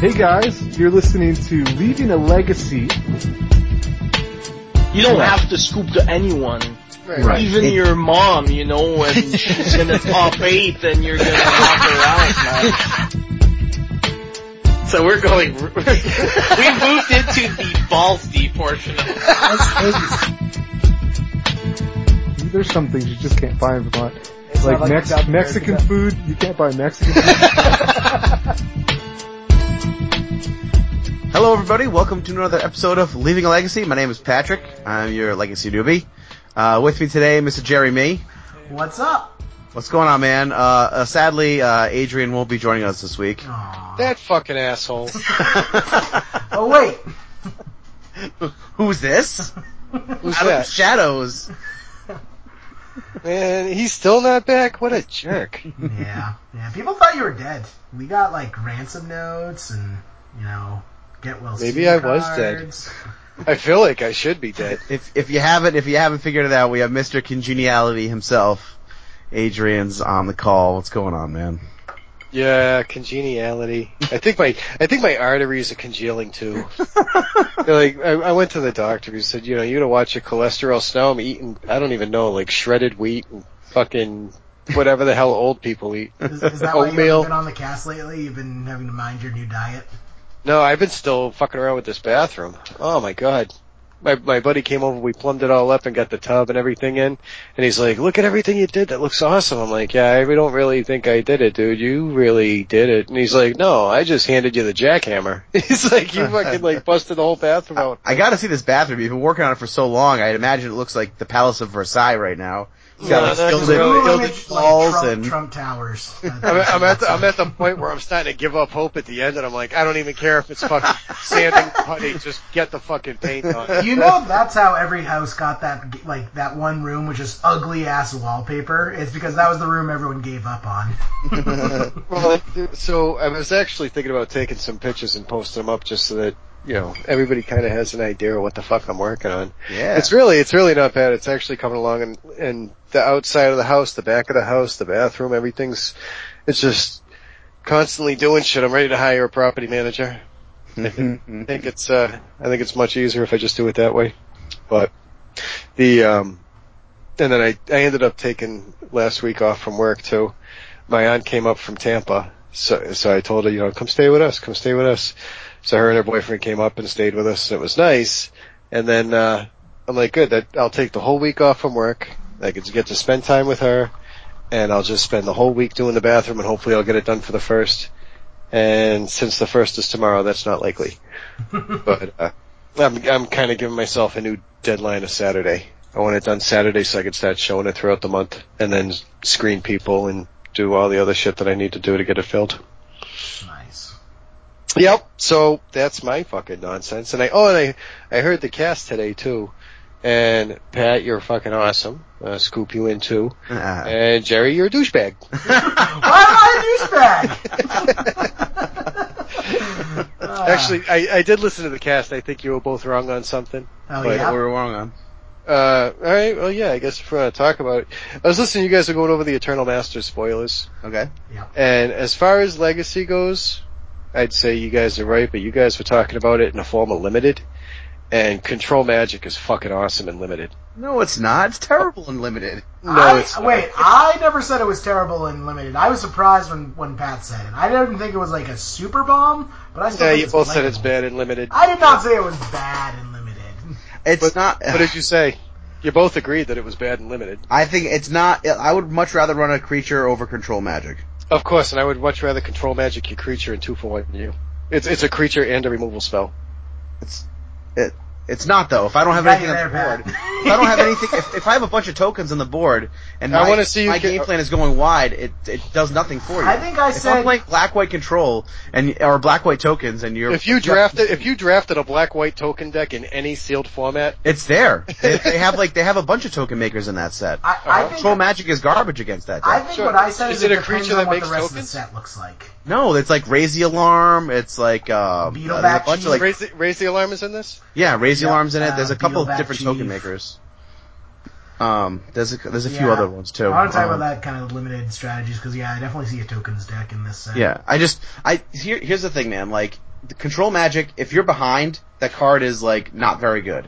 Hey guys, you're listening to Leaving a Legacy. You don't Right. have to scoop to anyone. Right. Even It- your mom, you know, when she's in the top eight, then you're gonna help her out, man. So we're going. we moved into the balls deep portion of There's some things you just can't buy in Vermont. It's Like, not like Mex- it's out there, Mexican it's out- food, you can't buy Mexican food. Hello, everybody. Welcome to another episode of Leaving a Legacy. My name is Patrick. I'm your legacy newbie. Uh, with me today, Mr. Jerry Me. What's up? What's going on, man? Uh, uh, sadly, uh, Adrian won't be joining us this week. That fucking asshole. Oh wait. Who's this? Who's Out of the that? shadows. Man, he's still not back? What a jerk. yeah, yeah. People thought you were dead. We got like ransom notes and you know get well. Maybe soon I was cards. I feel like I should be dead. If if you haven't if you haven't figured it out, we have Mr. Congeniality himself. Adrian's on the call. What's going on, man? Yeah, congeniality. I think my I think my arteries are congealing too. They're like I, I went to the doctor who said, you know, you gotta watch your cholesterol. So now I'm eating I don't even know, like shredded wheat and fucking whatever the hell old people eat. Is, is that why you've Oatmeal. been on the cast lately? You've been having to mind your new diet. No, I've been still fucking around with this bathroom. Oh my god. My my buddy came over, we plumbed it all up and got the tub and everything in, and he's like, "Look at everything you did. That looks awesome." I'm like, "Yeah, I re- don't really think I did it, dude. You really did it." And he's like, "No, I just handed you the jackhammer." he's like, "You fucking like busted the whole bathroom out." I gotta see this bathroom. You've been working on it for so long. I imagine it looks like the Palace of Versailles right now. It's got like Yeah, that's gilded, really- gilded walls Trump, and Trump towers. I'm, at- I'm at the, I'm at the point where I'm starting to give up hope at the end, and I'm like, I don't even care if it's fucking sand and putty. Just get the fucking paint on. you know that's how every house got that like that one room with just ugly ass wallpaper. It's because that was the room everyone gave up on. Well, so I was actually thinking about taking some pictures and posting them up just so that you know everybody kind of has an idea of what the fuck I'm working on. yeah. It's really it's really not bad. It's actually coming along, and and the outside of the house, the back of the house, the bathroom, everything's it's just constantly doing shit. I'm ready to hire a property manager. I think it's uh I think it's much easier if I just do it that way. But the um and then I I ended up taking last week off from work too. My aunt came up from Tampa, so so I told her, you know, come stay with us, come stay with us. So her and her boyfriend came up and stayed with us and it was nice. And then uh I'm like, good, that I'll take the whole week off from work. I could get to spend time with her and I'll just spend the whole week doing the bathroom and hopefully I'll get it done for the first. And since the first is tomorrow, that's not likely but uh, I'm I'm kind of giving myself a new deadline of Saturday. I want it done Saturday so I can start showing it throughout the month, and then screen people and do all the other shit that I need to do to get it filled. nice. Yep. So that's my fucking nonsense. And I oh, and I I heard the cast today too. And Pat, you're fucking awesome. Uh, scoop you in too. Uh, And Jerry, you're a douchebag. Why am I a douchebag? Ah. Actually, I, I did listen to the cast. I think you were both wrong on something. oh but yeah. we're wrong on. Uh, all right. Well, yeah. I guess if we want to talk about it, I was listening. You guys are going over the Eternal Master spoilers, Okay. and as far as Legacy goes, I'd say you guys are right, but you guys were talking about it in a form of limited, and Control Magic is fucking awesome and limited. No, it's not. It's terrible and limited. No, I, it's wait. I never said it was terrible and limited. I was surprised when when Pat said it. I didn't think it was like a super bomb, but I still. yeah. think You it's both said it's playable. bad and limited. I did not say it was bad and limited. It's not. What did you say? You both agreed that it was bad and limited. I think it's not. I would much rather run a creature over control magic. Of course, and I would much rather Control Magic your creature and two for one you. It's it's a creature and a removal spell. It's not though. If I don't have Got you anything on there, the board, Pat. if I don't have anything, if, if I have a bunch of tokens on the board and I my, wanna see you my get- game plan is going wide, it it does nothing for you. I think I if I'm said. playing black white control and or black white tokens and you're If you drafted if you drafted a black white token deck in any sealed format, It's there. They, they have like they have a bunch of token makers in that set. I, I think. Control magic is garbage against that. I Deck. think Sure. what I said is, Is it it a depends creature on that what makes the rest of the tokens? set looks like. No, it's like raise the alarm. It's like um, Beetleback uh, there's a bunch of like raise the, raise the alarm is in this. yeah, raise the Yeah, alarms in it. uh, There's a couple Beetleback different Chief. token makers. Um, there's a, there's a few Yeah. other ones too. I want to talk Um, about that kind of limited strategies because yeah, I definitely see a tokens deck in this set. Yeah, I just I here here's the thing, man. Like the control magic, if you're behind, that card is like not very good.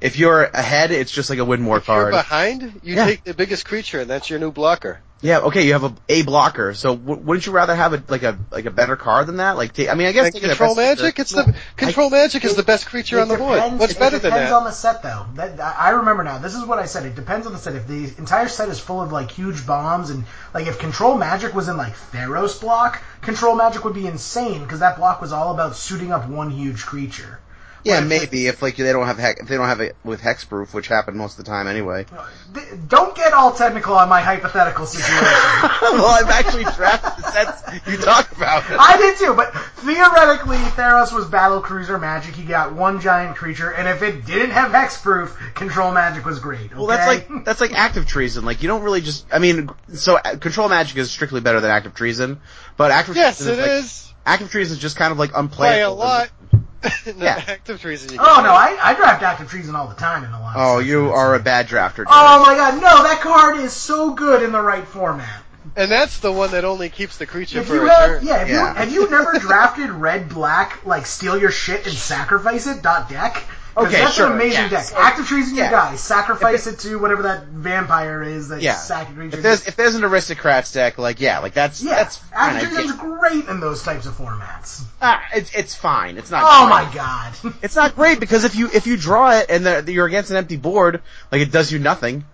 If you're ahead, it's just like a win more You're card. behind. You Yeah. take the biggest creature, and that's your new blocker. Yeah, okay, you have a, a blocker. So w- wouldn't you rather have a like a like a better card than that? Like, ta- I mean, I guess And taking the control best- magic. It's the control magic is the best creature on the board. What's it better than depends that? on the set, though. That I I remember now. This is what I said. It depends on the set. If the entire set is full of like huge bombs and like if control magic was in like Theros block, control magic would be insane because that block was all about suiting up one huge creature. yeah, maybe if like they don't have hex, if they don't have it with hexproof, which happened most of the time anyway. D- Don't get all technical on my hypothetical situation. well, I've actually drafted the sets you talk about. I did too, but theoretically, Theros was battle cruiser magic. He got one giant creature, and if it didn't have hexproof, control magic was great. Well, that's okay? like that's like active treason. Like you don't really just. I mean, so uh, control magic is strictly better than active treason, but active Yes, treason it is, like, is. Active treason is just kind of like By a unplayable. lot. The Yeah. active treason. You get. Oh no, I, I draft active treason all the time in a lot. of Oh, sets, you that's are it. a bad drafter. Oh my god, no! That card is so good in the right format. and that's the one that only keeps the creature If for you a have, turn. yeah, if Yeah. you have you never drafted red black like steal your shit and sacrifice it dot deck. 'Cause Okay, that's sure, an amazing yeah. deck. Active treason Yeah. your guy, sacrifice it to whatever that vampire is that Yeah. sac creature. If there's if there's an aristocrats deck, like yeah, like that's yeah, that's fine. I active get- treason's great in those types of formats. ah, it's it's fine. It's not. Oh great. my god. It's not great because if you if you draw it and the, you're against an empty board, like it does you nothing.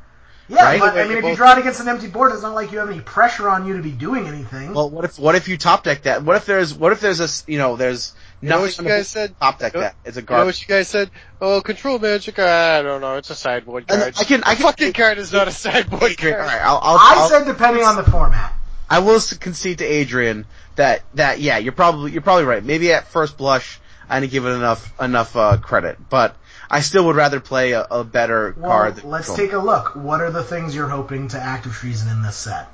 Yeah, Right? but Wait, I mean, if both- you draw it against an empty board, it's not like you have any pressure on you to be doing anything. Well, what if what if you top deck that? What if there's what if there's a s- you know there's know nothing what you on the guys board? said? top deck You know- that? It's a You know garbage. what you guys said? Oh, control magic. I don't know. It's a sideboard And card. I can- I The can- fucking card is not a sideboard Adrian, card. all right, I'll, I'll, I I'll- said depending on the format. I will s- concede to Adrian that that yeah, you're probably you're probably right. Maybe at first blush, I didn't give it enough enough uh, credit, but I still would rather play a, a better Well, card. Than let's control. take a look. What are the things you're hoping to active treason in this set?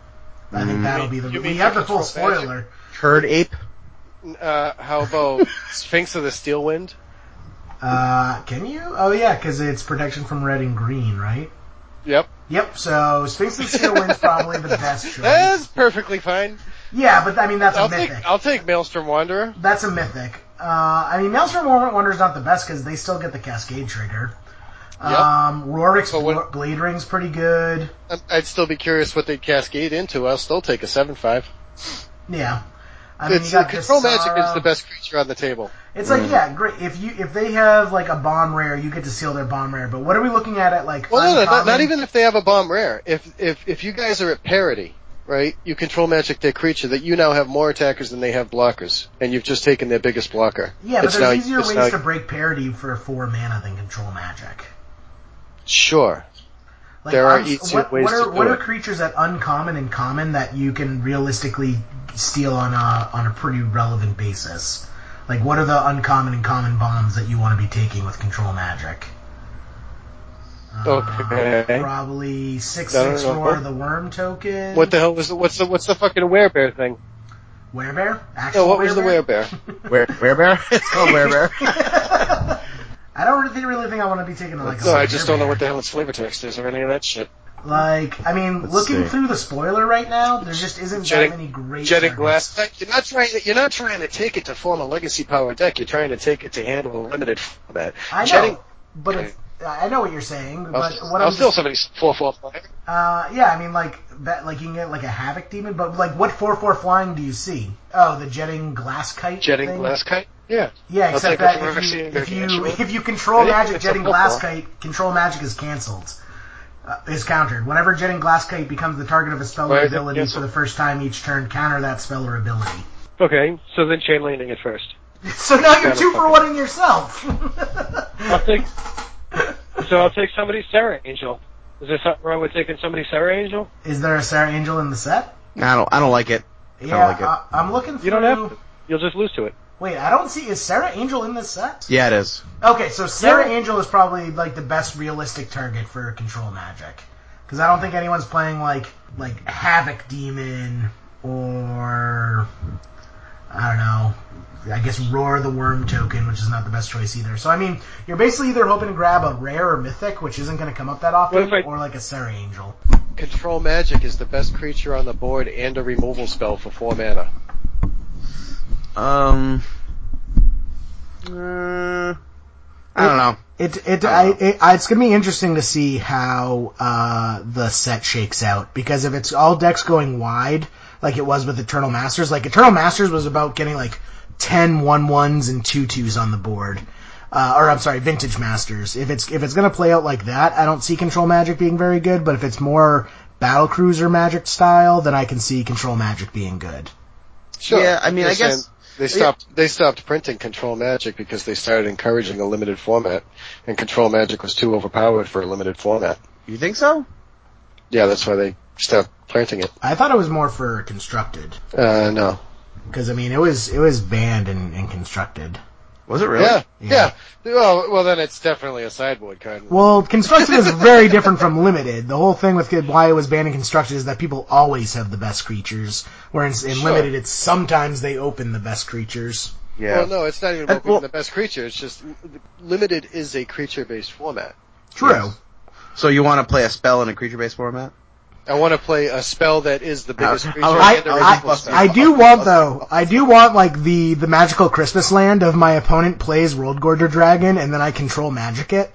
I Mm-hmm. think that'll be the. You mean We have the full control magic? spoiler. Curd ape. Uh, how about Sphinx of the Steelwind? Uh, can you? Oh yeah, because it's protection from red and green, right? Yep. Yep. So Sphinx and Steelwind's probably the best choice. That's perfectly fine. Yeah, but I mean that's a I'll mythic. take I'll take Maelstrom Wanderer. That's a mythic. Uh, I mean, Maelstrom Warrant Wonder's not the best because they still get the Cascade trigger. Um, Rorik's But what- Bl- Blade Ring's pretty good. Yep. I'd still be curious what they'd cascade into. I'll still take a seven five. Yeah. I mean, It's you the got control Visara. magic is the best creature on the table. It's like, yeah, great. If you if they have like a bomb rare, you get to seal their bomb rare. But what are we looking at at like? Well, no, no, not, uncommon- not even if they have a bomb rare. If if if you guys are at parity, right? You control magic their creature that you now have more attackers than they have blockers, and you've just taken their biggest blocker. Yeah, but It's there's now- easier it's ways now- to break parity for four mana than control magic. Sure. Like, There are I'm- easier what, ways what are, to do What are it. creatures that uncommon and common that you can realistically steal on a on a pretty relevant basis? Like, what are the uncommon and common bombs that you want to be taking with control magic? Uh, Okay. Probably six No, no, six no. roar, the worm token. What the hell was the, what's the what's the fucking werebear thing? Werebear? Actual No, what was the werebear? werebear? Where bear? It's called werebear. I don't really, really think I want to be taking like. a No, I just don't know what the the. hell its flavor text is or any of that shit. Like, I mean, looking see. through the spoiler right now, there just isn't Jetting- that many great. Jetting targets. glass. You're not trying. To, you're not trying to take it to form a legacy power deck. You're trying to take it to handle a limited format. I know, Jetting- but it's, I know what you're saying. I'll, But what I'll I'm steal just, somebody's four four five. uh, yeah, I mean, like that, like you can get like a havoc demon, but like what four four flying do you see? Oh, the jetting glass kite. Jetting thing? glass kite. Yeah. Yeah, I'll except take a that forever if you, seeing if you actual- if you control Anything magic that's jetting a four glass four. kite, control magic is canceled. Uh, is countered. Whenever jetting glass kite becomes the target of a spell Right, or ability for cancel. the first time each turn, counter that spell or ability. Okay, so then chain lightning it first. So now you're Gotta two for fucking- one in yourself. I'll take. So I'll take somebody's Sarah Angel. Is there something wrong with taking somebody's Sarah Angel? Is there a Sarah Angel in the set? I don't I don't like it. Yeah, like it. I, I'm looking through. You don't have to. You'll just lose to it. Wait, I don't see. Is Sarah Angel in this set? Yeah, it is. Okay, so Sarah Angel is probably like the best realistic target for control magic, because I don't think anyone's playing like like Havoc Demon or I don't know. I guess Roar the Worm token, which is not the best choice either. So I mean, you're basically either hoping to grab a rare or mythic, which isn't going to come up that often, What if I- or like a Sarah Angel. Control Magic is the best creature on the board and a removal spell for four mana. Um. uh, I don't know. It it, I, it I- it's going to be interesting to see how uh, the set shakes out because if it's all decks going wide like it was with Eternal Masters, like Eternal Masters was about getting like 10 one ones and two twos on the board. Uh, or I'm sorry, Vintage Masters. If it's if it's going to play out like that, I don't see Control Magic being very good. But if it's more Battle Cruiser Magic style, then I can see Control Magic being good. Sure. Yeah, I mean, They're I saying guess- they stopped. They stopped printing Control Magic because they started encouraging a limited format, and Control Magic was too overpowered for a limited format. You think so? Yeah, that's why they stopped printing it. I thought it was more for constructed Uh, no. because I mean it was it was banned and, and constructed. Was it really? Yeah, Yeah. yeah. Well, well, then it's definitely a sideboard card. Well, constructed is very different from limited. The whole thing with good- why it was banned in constructed is that people always have the best creatures, whereas in Sure. limited, it's sometimes they open the best creatures. Yeah. Well, no, it's not even And- about being well- the best creature. It's just l- limited is a creature-based format. True. So you want to play a spell in a creature-based format? I want to play a spell that is the biggest Uh, creature. I- and the I- removal I- spell. I do want though. I do want like the the magical Christmas land of my opponent plays World Gorger Dragon, and then I control magic it.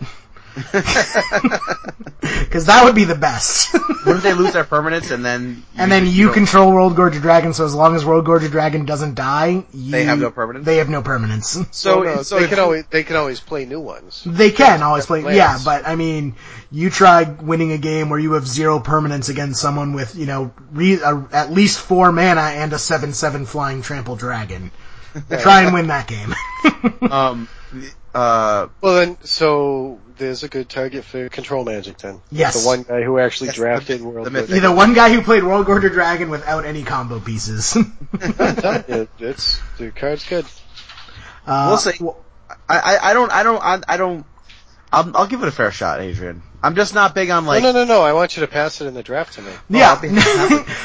Because that would be the best. Wouldn't they lose their permanents and then and then you don't- control World Gorger Dragon, so as long as World Gorger Dragon doesn't die, you, They have no permanence? They have no permanence. So, Well, Oh, no, so they if can you- Hmm. always they can always play new ones. They can always play. Lance. Yeah, but I mean, you try winning a game where you have zero permanence against someone with you know re- uh, at least four mana and a seven-seven flying trample dragon. Try and win that game. um uh Well, then so there's a good target for control magic then. Yes. the one guy who actually Yes, the drafted myth- World the myth. War- Either one guy who played World Order Dragon without any combo pieces. I'm telling you, it's the card's good. Uh, We'll see. w- I, I I don't I don't I, I don't I'll, I'll give it a fair shot, Adrian. I'm just not big on like no, no, no, no. I want you to pass it in the draft to me. Yeah. Well, I'll be-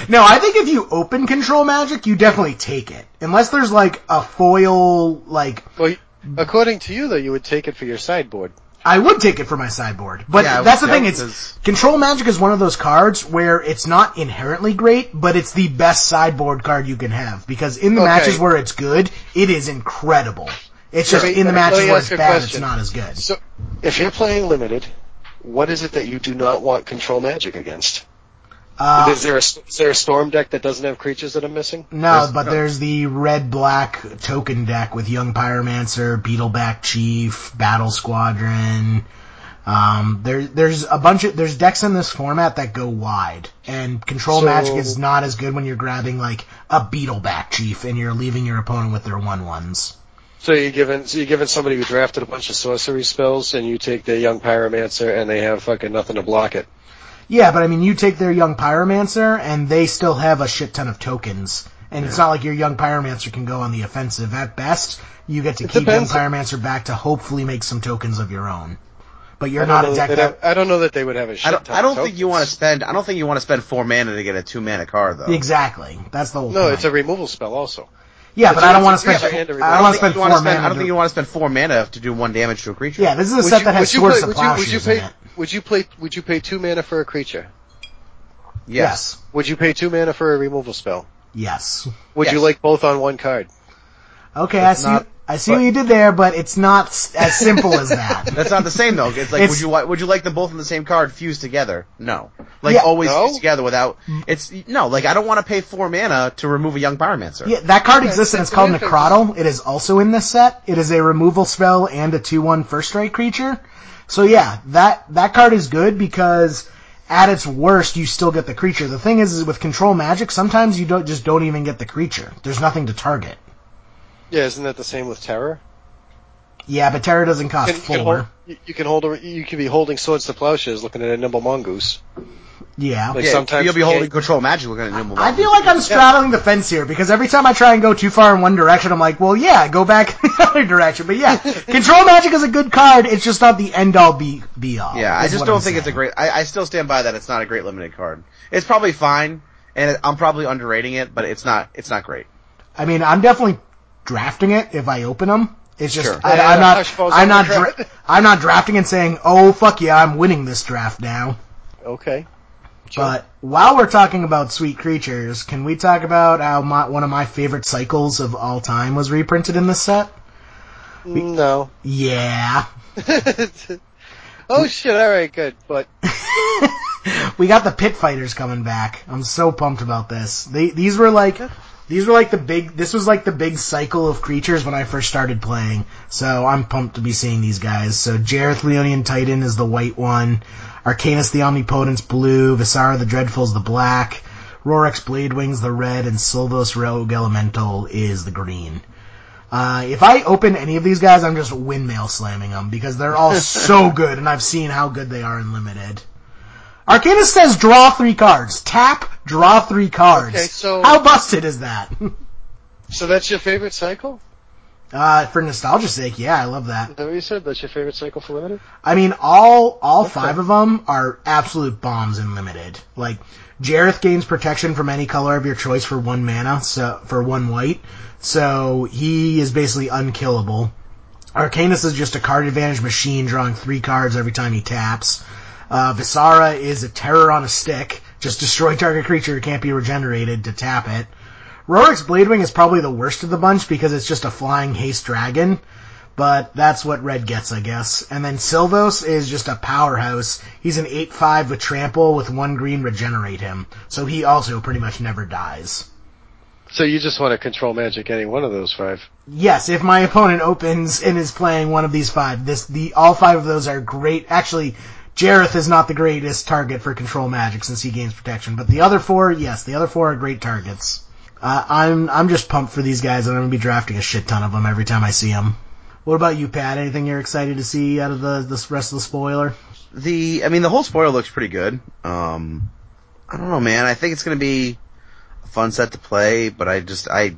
no, I think if you open control magic, you definitely take it. Unless there's like a foil, like Well, you- according to you though, you would take it for your sideboard. I would take it for my sideboard, but Yeah, I that's the would- thing. that It's was- control magic is one of those cards where it's not inherently great, but it's the best sideboard card you can have because in the Okay. matches where it's good, it is incredible. It's just Let me- in the let me- let me matches where ask it's you a bad, it's question. not as good. So, if you're playing limited, what is it that you do not want control magic against? Uh, is there a is there a storm deck that doesn't have creatures that I'm missing? no, but there's the red black token deck with Young Pyromancer, Beetleback Chief, Battle Squadron. Um, there, there's a bunch of there's decks in this format that go wide, and control So- magic is not as good when you're grabbing like a Beetleback Chief and you're leaving your opponent with their one ones. So you're giving so you're giving somebody who drafted a bunch of sorcery spells, and you take the young pyromancer, and they have fucking nothing to block it. Yeah, but I mean, you take their young pyromancer, and they still have a shit ton of tokens. And it's not like your young pyromancer can go on the offensive. At best, you get to keep young depends. pyromancer back to hopefully make some tokens of your own. But you're I don't not know a that deck they'd have- that. I don't know that they would have a shit I don't ton I don't of think you want to spend I don't think you want to spend 4 mana to get a 2 mana card though. Exactly. That's the whole. tokens. No, point. it's a removal spell also. yeah, but I don't want to yeah, spend. but hand to I don't want to spend you four wanna spend- I mana. don't think you to- want to spend 4 mana to do 1 damage to a creature. Yeah, this is a set that has you swords play- to would you- would you plowshares in pay? it. Would you play? Would you pay two mana for a creature? Yes. Would you pay two mana for a removal spell? Yes. Would you Yes. like both on one card? Okay, I That's see. not- I see what you did there, but it's not s- as simple as that. That's not the same though. It's like It's- would you li- would you like them both on the same card fused together? No. Like Yeah. always No? fused together without it's no, like I don't want to pay 4 mana to remove a young pyromancer. Yeah, that card exists and it's called that's- Necrotal. It is also in this set. It is a removal spell and a 2-1 first strike creature. So yeah, that, that card is good because at its worst, you still get the creature. The thing is, is with control magic, sometimes you don't, just don't even get the creature. There's nothing to target. Yeah, isn't that the same with terror? Yeah, but Terra doesn't cost You can hold, four. you you can hold. A, you can be holding swords to plowshares, looking at a nimble mongoose. Yeah. Like Yeah, sometimes you'll be you holding can't- control magic looking at Nimble. I feel like I'm straddling the fence here because every time I try and go too far in one direction, I'm like, well, yeah, go back the other direction. But yeah, control magic is a good card. It's just not the end all be be all. Yeah, I is just what don't I'm think it's a saying. great. I, I still stand by that. It's not a great limited card. It's probably fine, and it, I'm probably underrating it, but it's not. It's not great. I mean, I'm definitely drafting it if I open them. It's just Sure. I, Yeah, I'm yeah, not hush balls I'm on not the dra- draft. I'm not drafting and saying, "Oh fuck yeah, I'm winning this draft now." Okay. But while we're talking about sweet creatures, can we talk about how my, one of my favorite cycles of all time was reprinted in this set? Mm, No. Yeah. oh shit! All right, good. But we got the pit fighters coming back. I'm so pumped about this. They, these were like, these were like the big, this was like the big cycle of creatures when I first started playing. So I'm pumped to be seeing these guys. So Jareth Leonian Titan is the white one. Arcanus the Omnipotent's blue. Visara the Dreadful's the black. Rorik's Blade Wings the red. And Sylvos Rogue Elemental is the green. Uh, if I open any of these guys, I'm just windmill slamming them because they're all so good and I've seen how good they are in limited. Arcanus says draw three cards. Tap, draw three cards. Okay, so- How busted is that? so that's your favorite cycle? uh, for nostalgia's sake, yeah, I love that. Is that what you said? That's your favorite cycle for limited? I mean, all, all five of them are absolute bombs in limited. Like, Jareth gains protection from any color of your choice for one mana, so, for one white. So, he is basically unkillable. Arcanus is just a card advantage machine drawing three cards every time he taps. Uh, Visara is a terror on a stick. Just destroy target creature, it can't be regenerated to tap it. Rorik's Bladewing is probably the worst of the bunch because it's just a flying haste dragon, but that's what red gets, I guess. And then Silvos is just a powerhouse. He's an 8-5 with trample with one green regenerate him, so he also pretty much never dies. So you just want to control magic any one of those five? Yes, if my opponent opens and is playing one of these five, this the all five of those are great. Actually, Jareth is not the greatest target for control magic since he gains protection, but the other four, yes, the other four are great targets. Uh, I'm I'm just pumped for these guys, and I'm gonna be drafting a shit ton of them every time I see them. What about you, Pat? Anything you're excited to see out of the the rest of the spoiler? the I mean the whole spoiler looks pretty good. Um I don't know, man. I think it's gonna be a fun set to play, but I just I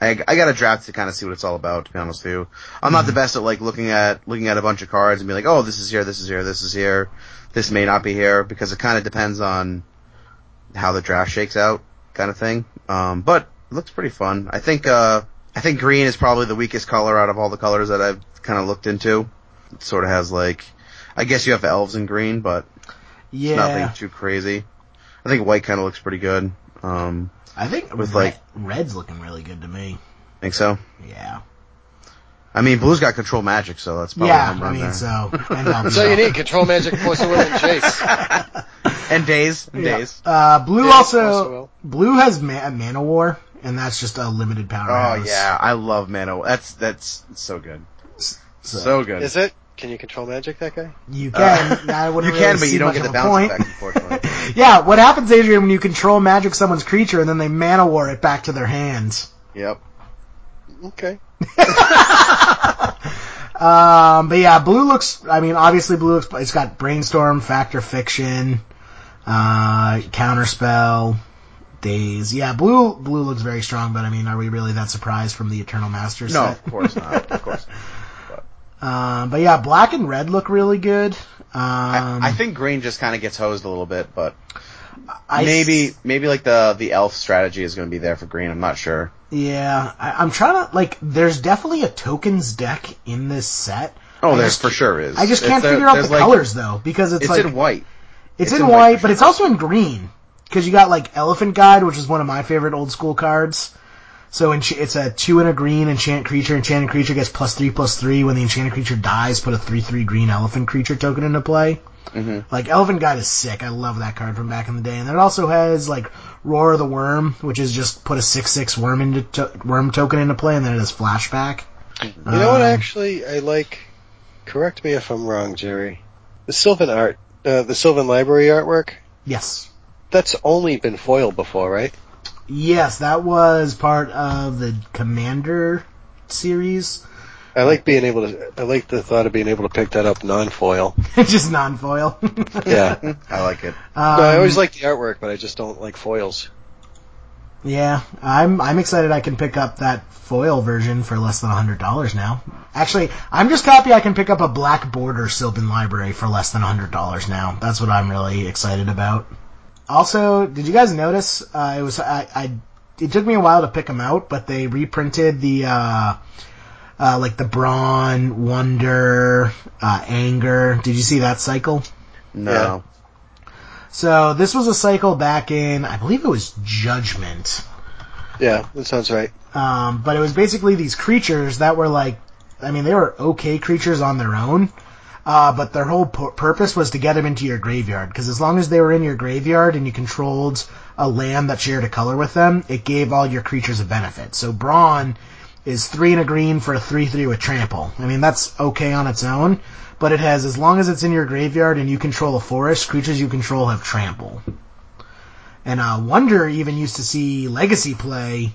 I, I got a draft to kind of see what it's all about. To be honest with you, I'm not the best at like looking at looking at a bunch of cards and be like, oh, this is here, this is here, this is here, this may not be here because it kind of depends on how the draft shakes out, kind of thing. Um, but it looks pretty fun. I think uh I think green is probably the weakest color out of all the colors that I've kind of looked into. It sort of has like I guess you have elves in green, but Yeah, nothing too crazy. I think white kind of looks pretty good. Um, I think with, red- like- red's looking really good to me. think so. Yeah, I mean, blue's got control magic, so that's probably a yeah. home I run mean, there. so and um, I'll be So you back. need control magic, force of will, and chase. And days, and Yeah. days. Uh, blue Yeah, also also will. blue has ma- mana war, and that's just a limited Oh powerhouse. yeah, I love Mano. That's that's so good, So so good. Is it? Can you control magic that guy? you can. I Uh, you wouldn't really can, but see you don't much get of the a bounce point. effect, unfortunately. yeah, what happens, Adrian, when you control magic someone's creature and then they mana war it back to their hands? yep. Okay. Um, but yeah, blue looks. I mean, obviously, blue looks. It's got brainstorm, factor, fiction, uh, counterspell, days. Yeah, blue blue looks very strong. But I mean, are we really that surprised from the Eternal Master No, set? of course not. Of course. not. Um, but yeah, black and red look really good. Um, I, I think green just kind of gets hosed a little bit, but I s- maybe maybe like the the elf strategy is going to be there for green. I'm not sure. yeah, I, I'm trying to like. There's definitely a tokens deck in this set. Oh, I there just- for sure is. I just It's can't there- figure out there's the like- colors though because it's, It's like in white. it's, it's in, in white white, for but it's sure. also in green because you got like Elephant Guide, which is one of my favorite old school cards. So ench- it's a two and a green enchant creature. Enchanted creature gets plus three plus three when the enchanted creature dies. Put a three three green elephant creature token into play. Mm-hmm. Like Elephant Guide is sick. I love that card from back in the day. And then it also has like Roar of the Worm, which is just put a six six worm into to- worm token into play, and then it has flashback. Um, You know what? Actually, I like. Correct me if I'm wrong, Jerry. The Sylvan art, uh, the Sylvan Library artwork. Yes, That's only been foil before, right? yes, that was part of the Commander series. I like being able to. I like the thought of being able to pick that up non-foil. just Um, non foil. Yeah. Um, I like it. no, I always like the artwork, but I just don't like foils. Yeah, I'm I'm excited. I can pick up that foil version for less than hundred dollars now. Actually, I'm just happy I can pick up a black border Sylvan Library for less than hundred dollars now. That's what I'm really excited about. Also, did you guys notice? Uh, it was I, I it took me a while to pick them out, but they reprinted the uh, uh, like the Brawn, Wonder, uh, Anger. Did you see that cycle? No. So this was a cycle back in, I believe it was Judgment. Yeah, that sounds right. Um, but it was basically these creatures that were like, I mean, they were okay creatures on their own, uh, but their whole pu- purpose was to get them into your graveyard. Because as long as they were in your graveyard and you controlled a land that shared a color with them, it gave all your creatures a benefit. So Brawn is three and a green for a three-three with trample. I mean, that's okay on its own, but it has as long as it's in your graveyard and you control a forest, creatures you control have trample. And uh, Wonder even used to see Legacy play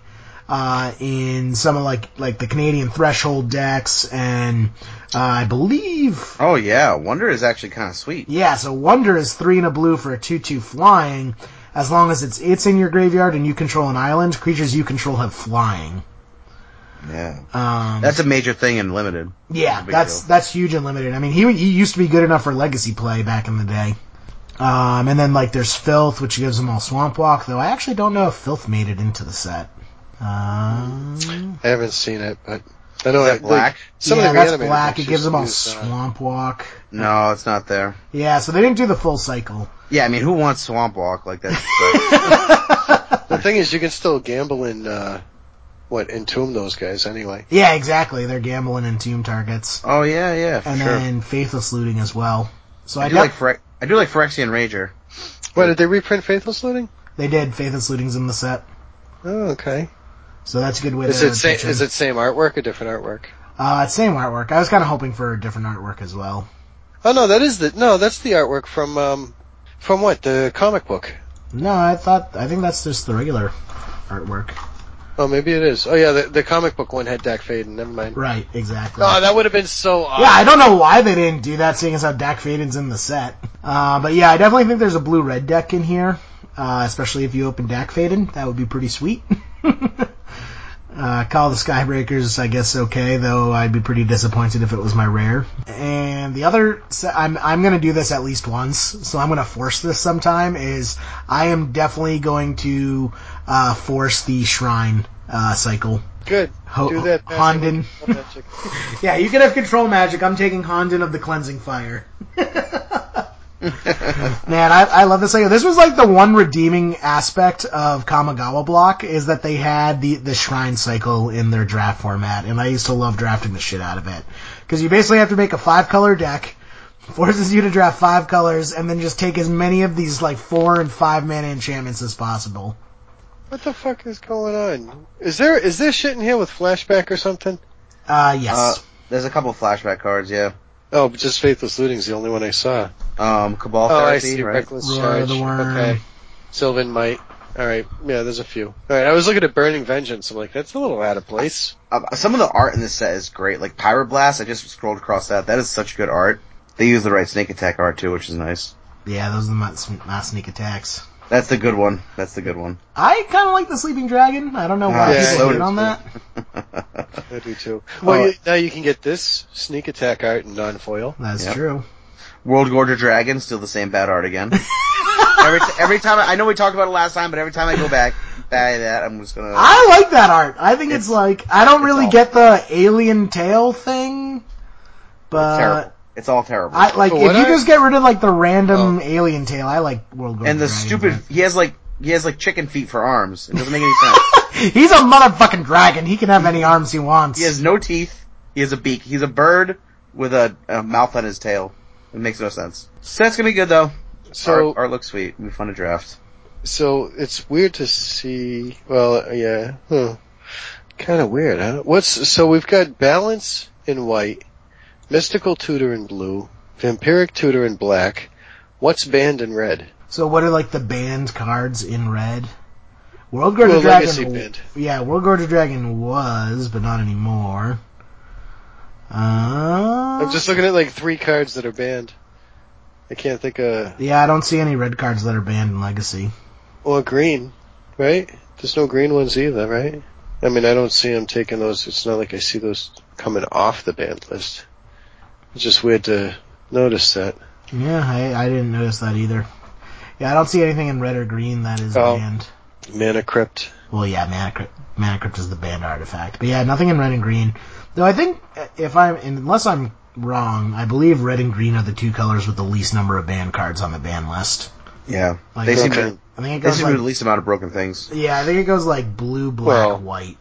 uh, in some of like like the Canadian Threshold decks, and uh, I believe Oh yeah, Wonder is actually kind of sweet. yeah. So Wonder is three and a blue for a two-two flying. As long as it's it's in your graveyard and you control an island, creatures you control have flying. Yeah. Um, That's a major thing in limited. Yeah, Big that's deal. that's huge and limited. I mean, he he used to be good enough for legacy play back in the day. Um, and then like there's filth, which gives them all swamp walk. Though I actually don't know if filth made it into the set. Um, I haven't seen it, but I know Is I- that black? some yeah, of the that's animated black. It pictures gives them all use, uh, swamp walk. No, it's not there. Yeah, so they didn't do the full cycle. Yeah, I mean, who wants Swamp Walk like that? The thing is, you can still gamble in uh, what entomb those guys anyway. Yeah, exactly. They're gambling and tomb targets, oh yeah, yeah, for and sure. then faithless looting as well. So I, I do def- like Phyre- I do like Phyrexian Ranger. Why did they reprint Faithless Looting? they did faithless looting's in the set, Oh, okay. so that's a good way Is to. it sa- pitch in. is it same artwork or different artwork? Uh, same artwork. I was kind of hoping for a different artwork as well. Oh no, that is the no, that's the artwork from um from what the comic book. No, I thought I think that's just the regular artwork. Oh, maybe it is. Oh yeah, the, the comic book one had Dak Faden. Never mind. Right, exactly. Oh, that would have been so awesome. yeah, I don't know why they didn't do that, seeing as how Dak Faden's in the set. Uh, but yeah, I definitely think there's a blue red deck in here, uh, especially if you open Dak Faden. That would be pretty sweet. uh, Call of the Skybreakers, I guess, okay, though I'd be pretty disappointed if it was my rare. And the other, se- I'm I'm gonna do this at least once, so I'm gonna force this sometime. Is I am definitely going to uh, force the Shrine uh, cycle. Good. Ho- Do that. Honden. Yeah, you can have control magic. I'm taking Honden of the Cleansing Fire. Man, I, I love this. Like, this was like the one redeeming aspect of Kamigawa Block is that they had the, the Shrine Cycle in their draft format, and I used to love drafting the shit out of it. Because you basically have to make a five color deck, forces you to draft five colors, and then just take as many of these like four and five mana enchantments as possible. What the fuck is going on? Is there is there shit in here with flashback or something? Uh, yes. Uh, there's a couple flashback cards, yeah. Oh, but just Faithless Looting's the only one I saw. Um, Cabal Oh, I Therapy, see. right? Reckless Roar Charge. of the Worm. Okay. Sylvan Might. All right. Yeah, there's a few. All right. I was looking at Burning Vengeance. I'm like, that's a little out of place. Uh, some of the art in this set is great. Like Pyroblast, I just scrolled across that. That is such good art. They use the right Snake Attack art too, which is nice. Yeah, those are my, my sneak attacks. That's the good one. That's the good one. I kind of like the Sleeping Dragon. I don't know why Ah, yeah, people I hate do on that. I do too. Well, Well, you- you, now you can get this sneak attack art in non-foil. That's Yep. true. World Gorger Dragon, still the same bad art again. every t- every time I, I know we talked about it last time, but every time I go back by that, I'm just gonna. I like that art. I think it's, Uh, It's- like I don't really awful. get the alien tail thing, but terrible. It's all terrible. I like But if what you I- just get rid of like the random alien tail. I like World War Oh. and the Dragon, stupid he has like he has like chicken feet for arms. It doesn't make any sense. but- He's a motherfucking dragon. He can have any arms he wants. He has no teeth. He has a beak. He's a bird with a, a mouth on his tail. It makes no sense. So that's gonna be good though. So, art, art looks sweet. It'll be fun to draft. so it's weird to see. Well, yeah, huh. kind of weird, huh? What's so we've got balance in white, mystical tutor in blue, vampiric tutor in black. What's banned in red? So what are like the banned cards in red? World Gorger Well, Dragon. legacy banned. Yeah, World Gorger Dragon was, but not anymore. Uh, I'm just looking at like three cards that are banned. I can't think of Yeah, I don't see any red cards that are banned in Legacy. or green, right? There's no green ones either, right? I mean, I don't see them taking those. It's not like I see those coming off the banned list. It's just weird to notice that. Yeah, I, I didn't notice that either. Yeah, I don't see anything in red or green that is Oh. banned. Mana Crypt. Well, yeah, Mana Crypt, Mana Crypt is the banned artifact. But yeah, nothing in red and green. Though I think uh, if I'm unless I'm wrong, I believe red and green are the two colors with the least number of banned cards on the ban list. Yeah. Like, They seem okay. to I think it they goes seem to like, do the least amount of broken things. yeah, I think it goes like blue, black, Well, white.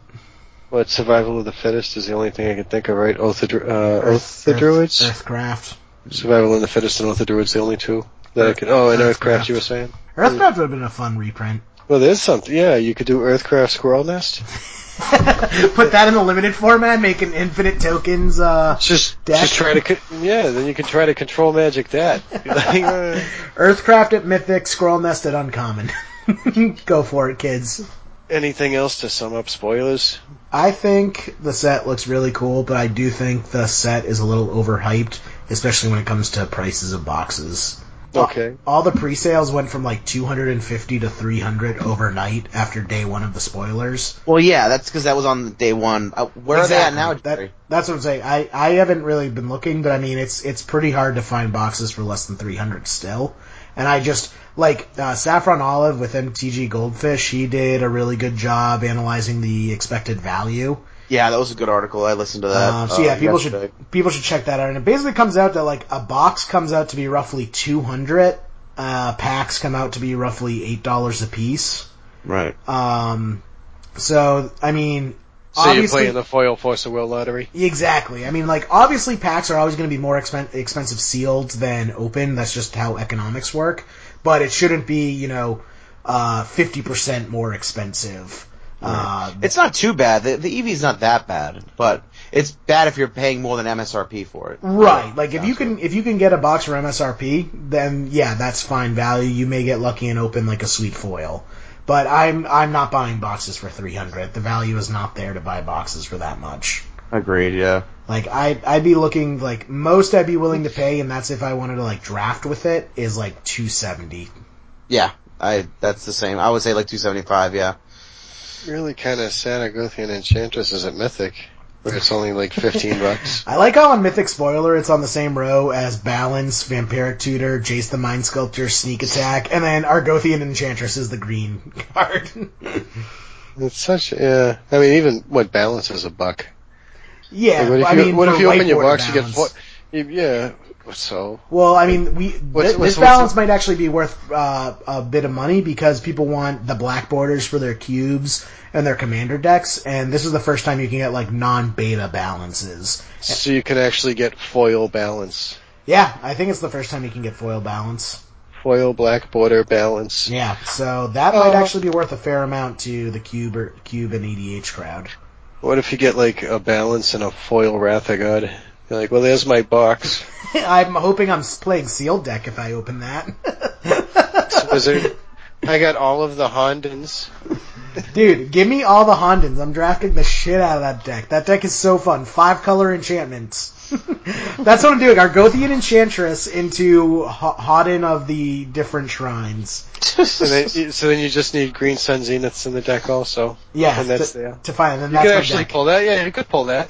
What survival of the fittest is the only thing I can think of, right? Oath of, Dru- uh, Oath of Earth- Druids, Earthcraft. survival of the fittest, and Oath of Druids the only two that I can. Oh, and Earthcraft. Earthcraft, you were saying. Earthcraft would have been a fun reprint. Well, there's something. Yeah, you could do Earthcraft Squirrel Nest. Put that in the limited format, making infinite tokens. Uh, Just, Deck. just try to. co- Yeah, then you can try to control magic that. Like, uh, Earthcraft at Mythic, Scroll Nest at Uncommon. Go for it, kids. anything else to sum up spoilers? I think the set looks really cool, but I do think the set is a little overhyped, especially when it comes to prices of boxes. Okay. All the pre-sales went from like 250 to 300 overnight after day one of the spoilers. Well, yeah, that's because that was on day one. Uh, where Exactly. are they at now? That, that's what I'm saying. I, I haven't really been looking, but I mean, it's it's pretty hard to find boxes for less than 300 still. And I just like uh, Saffron Olive with MTG Goldfish. He did a really good job analyzing the expected value. yeah, that was a good article. I listened to that. Um, so yeah, uh, people yesterday. should people should check that out. And it basically comes out that like a box comes out to be roughly 200. Uh, packs come out to be roughly eight dollars a piece. Right. Um, so I mean, So you're obviously, playing the foil force of will lottery. Exactly. I mean, like, obviously packs are always going to be more expen- expensive sealed than open. That's just how economics work. But it shouldn't be, you know, uh, 50% more expensive. Uh, It's not too bad. The, the EV's not that bad, but it's bad if you're paying more than MSRP for it. right. Like, if you can, if you can get a box for MSRP, then yeah, that's fine value. You may get lucky and open like a sweet foil. But I'm, I'm not buying boxes for 300. The value is not there to buy boxes for that much. Agreed. Yeah. Like I, I'd be looking like most I'd be willing to pay, and that's if I wanted to like draft with it is like two seventy. Yeah. I. That's the same. I would say like 275. Yeah. Really kind of Santa Gothian Enchantress is at Mythic, where it's only like 15 bucks. I like how on Mythic Spoiler it's on the same row as Balance, Vampiric Tutor, Jace the Mind Sculptor, Sneak Attack, and then Argothian Enchantress is the green card. It's such, yeah. I mean, even what balance is a buck. yeah, Like, what if I you, mean, what if for you open your whiteboard box, you get balance. four, you- yeah. So Well, I mean, we What's- thi- what's- this what's- balance might actually be worth uh, a bit of money because people want the black borders for their cubes and their commander decks, and this is the first time you can get like non-beta balances. so you can actually get foil balance, Yeah, I think it's the first time you can get foil balance. foil black border balance. Yeah, so that might Uh, actually be worth a fair amount to the cube or, cube and EDH crowd. What if you get like a balance and a foil wrath of god? You're like, well, there's my box. I'm hoping I'm s- playing sealed deck if I open So is that. it- I got all of the Hondens. Dude, give me all the Hondens. I'm drafting the shit out of that deck. That deck is so fun. Five color enchantments. That's what I'm doing. Argothian Enchantress into Ho- Honden of the different shrines. So then, so then you just need green sun zeniths in the deck also. Yeah, And that's to, there. to find. You And that's could my actually deck. pull that. Yeah, you could pull that.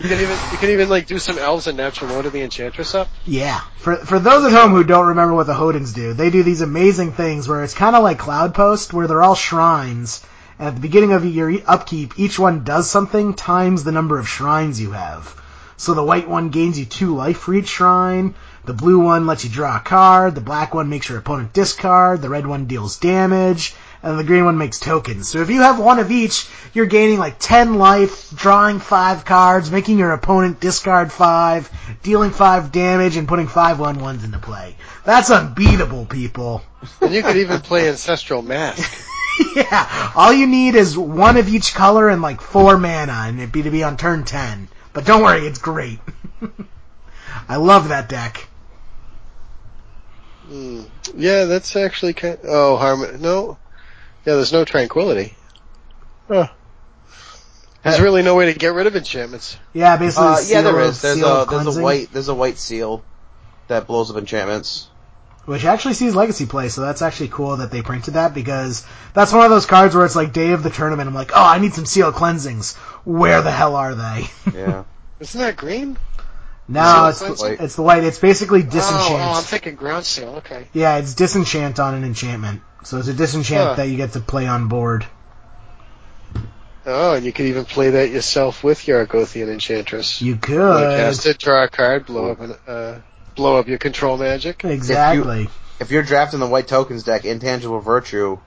You can even you can even like do some elves and natural order the enchantress up. Yeah. For for those at home who don't remember what the Hodens do, they do these amazing things where it's kind of like Cloud Post, where they're all shrines. And at the beginning of your e- upkeep, each one does something times the number of shrines you have. So the white one gains you two life for each shrine. The blue one lets you draw a card. The black one makes your opponent discard. The red one deals damage. And the green one makes tokens. So if you have one of each, you're gaining like 10 life, drawing 5 cards, making your opponent discard 5, dealing 5 damage, and putting 5 1 1s into play. That's unbeatable, people. And you could even play ancestral mask. yeah. All you need is one of each color and like 4 mana, and it'd be to be on turn 10. But don't worry, it's great. I love that deck. Hmm. Yeah, that's actually kind. oh, harm. No, yeah, there's no tranquility. Huh. There's really no way to get rid of enchantments. Yeah, basically. Uh, yeah, seal there of- is. There's seal a of there's a cleansing, white there's a white seal that blows up enchantments. which actually sees legacy play. So that's actually cool that they printed that because that's one of those cards where it's like day of the tournament. I'm like, oh, I need some seal of cleansings. Where the hell are they? Yeah. Isn't that green? no, it's Seal of it's, cleansing? the white. It's basically Oh, disenchant. oh, I'm thinking ground seal. Okay. yeah, it's disenchant on an enchantment. So it's a disenchant Huh. that you get to play on board. Oh, and you could even play that yourself with your Argothian Enchantress. You Like, could. cast it, draw a card, blow up an, uh, blow up your control magic. Exactly. If you're drafting the white tokens deck, intangible virtue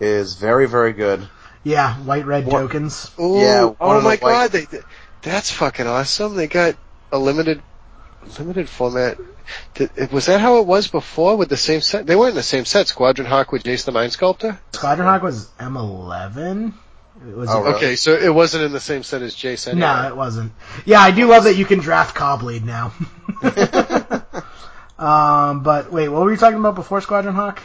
is very very good. Yeah, white red What- tokens. Ooh, Yeah, one oh of my the white- god, they, they- that's fucking awesome. They got a limited limited format. Th- it- Was that how it was before with the same set? They weren't in the same set. Squadron Hawk with Jace the Mind Sculptor? Squadron Hawk was M11. It was Oh, really? Okay, so it wasn't in the same set as Jace anyway. No, it wasn't. Yeah, I do love that you can draft Cobblade now. um, but wait, what were you talking about before Squadron Hawk?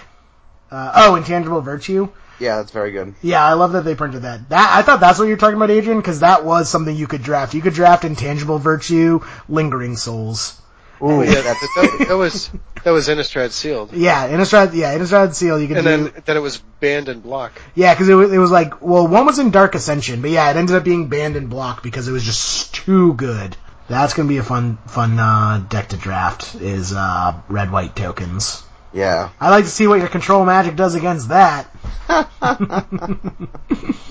Uh, oh, Intangible Virtue. Yeah, that's very good. Yeah, I love that they printed that. That I thought that's what you were talking about, Adrian, because that was something you could draft. You could draft Intangible Virtue, Lingering Souls. Ooh, Yeah, that's that, that- that was that was Innistrad sealed, Yeah, Innistrad. Yeah, Innistrad Seal. You could and do. then then it was banned and block. Yeah, because it was, it was like, well, one was in Dark Ascension, but yeah, it ended up being banned and blocked because it was just too good. That's gonna be a fun, fun uh, deck to draft is uh, red white tokens. yeah. I like to see what your control magic does against that.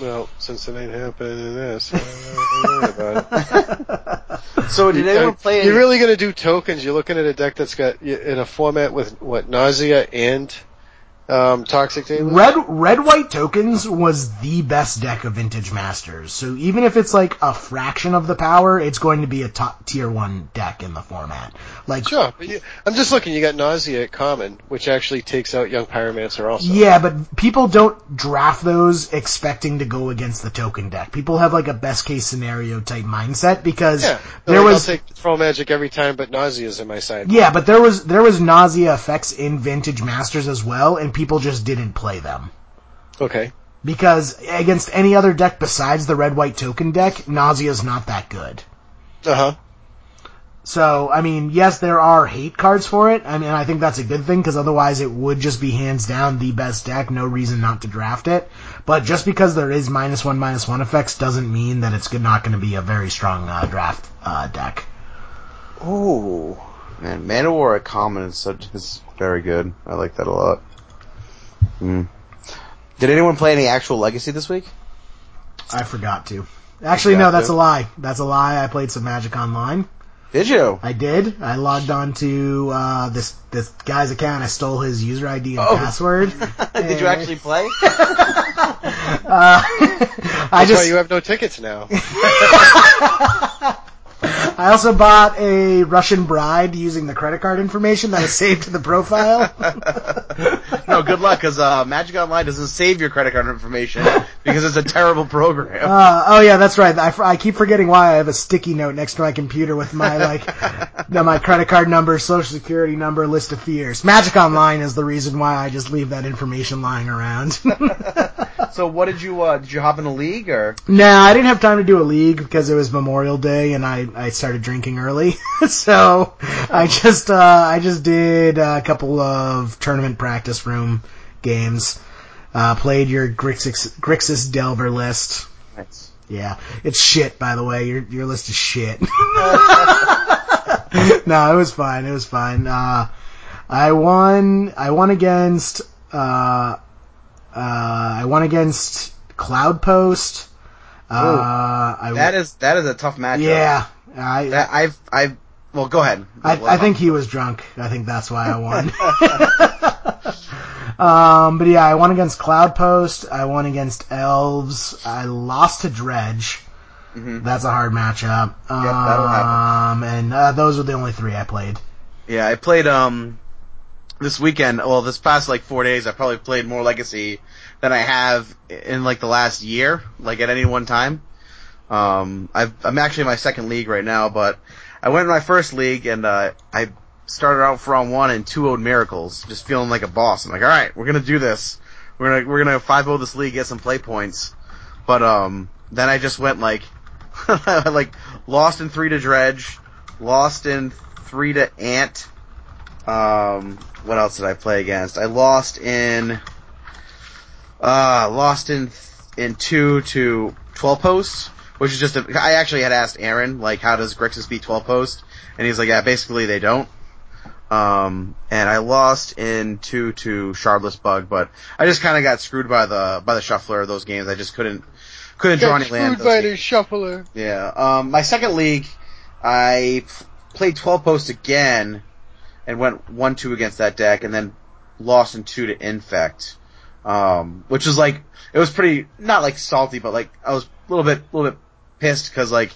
Well, since it ain't happening in this, I don't worry about it. So did anyone play? You're really going to do tokens. You're looking at a deck that's got y- in a format with what nausea and um, toxic daily. Red red white tokens was the best deck of Vintage Masters. So even if it's like a fraction of the power, it's going to be a top tier one deck in the format. Like Sure, but you, I'm just looking. You got nausea at common, which actually takes out young pyromancer also. Yeah, but people don't draft those expecting to go against the token deck. People have like a best case scenario type mindset because Yeah, there like, was I'll take throw magic every time, but nausea is in my side. yeah, but there was there was nausea effects in Vintage Masters as well, and people just didn't play them Okay, because against any other deck besides the red white token deck, nausea is not that good. uh huh. So, I mean, yes, there are hate cards for it. I mean, I think that's a good thing because otherwise it would just be hands down the best deck. No reason not to draft it. But just because there is minus one, minus one effects doesn't mean that it's good- not going to be a very strong uh, draft uh, deck. Ooh, man, Man of War at common is such is very good. I like that a lot. Hmm. Did anyone play any actual Legacy this week? I forgot to. Actually, no, that's a lie. That's a lie. I played some Magic Online. Did you? I did. I logged on to uh, this this guy's account. I stole his user ID and password. Oh. Did you actually play? uh, I That's just why you have no tickets now. I also bought a Russian bride using the credit card information that was saved to the profile. no, good luck, because uh, Magic Online doesn't save your credit card information because it's a terrible program. Uh, oh yeah, that's right. I, f- I keep forgetting why I have a sticky note next to my computer with my like no, my credit card number, social security number, list of fears. Magic Online is the reason why I just leave that information lying around. so, what did you uh, did you hop in a league or? nah, I didn't have time to do a league because it was Memorial Day and I, I started drinking early. so I just uh, I just did a couple of tournament practice room games. Uh, played your Grixis, Grixis Delver list. Nice. Yeah, it's shit. By the way, your your list is shit. no, it was fine. It was fine. Uh, I won. I won against. Uh, uh, I won against Cloud Post. Uh, I That is that is a tough matchup. yeah. I That- I've I've well, go ahead. I, I think he was drunk. I think that's why I won. um, but yeah, I won against Cloud Post. I won against Elves. I lost to Dredge. That's a hard matchup. Um, Mm-hmm. that'll happen. and uh, those were the only three I played. Yeah, I played um this weekend. Well, this past like four days, I probably played more Legacy than I have in like the last year, like at any one time. Um, I've, I'm actually in my second league right now, but I went in my first league and uh, I started out for round one and two would miracles, just feeling like a boss. I'm like, all right, we're gonna do this. We're gonna we're gonna five zero this league, get some play points. But um, then I just went like like lost in three to dredge, lost in three to ant. Um, what else did I play against? I lost in uh lost in in two to twelve posts, which is just a, I actually had asked Aaron like how does Grixis beat twelve post, and he's like yeah basically they don't. Um, and I lost in two to Shardless Bug, but I just kind of got screwed by the by the shuffler of those games. I just couldn't couldn't draw any land. those games. shuffler. Yeah. Um, my second league, I f- played 12 post again and went 1-2 against that deck and then lost in 2 to Infect. Um, which was like, it was pretty, not like salty, but like, I was a little bit, a little bit pissed cause like,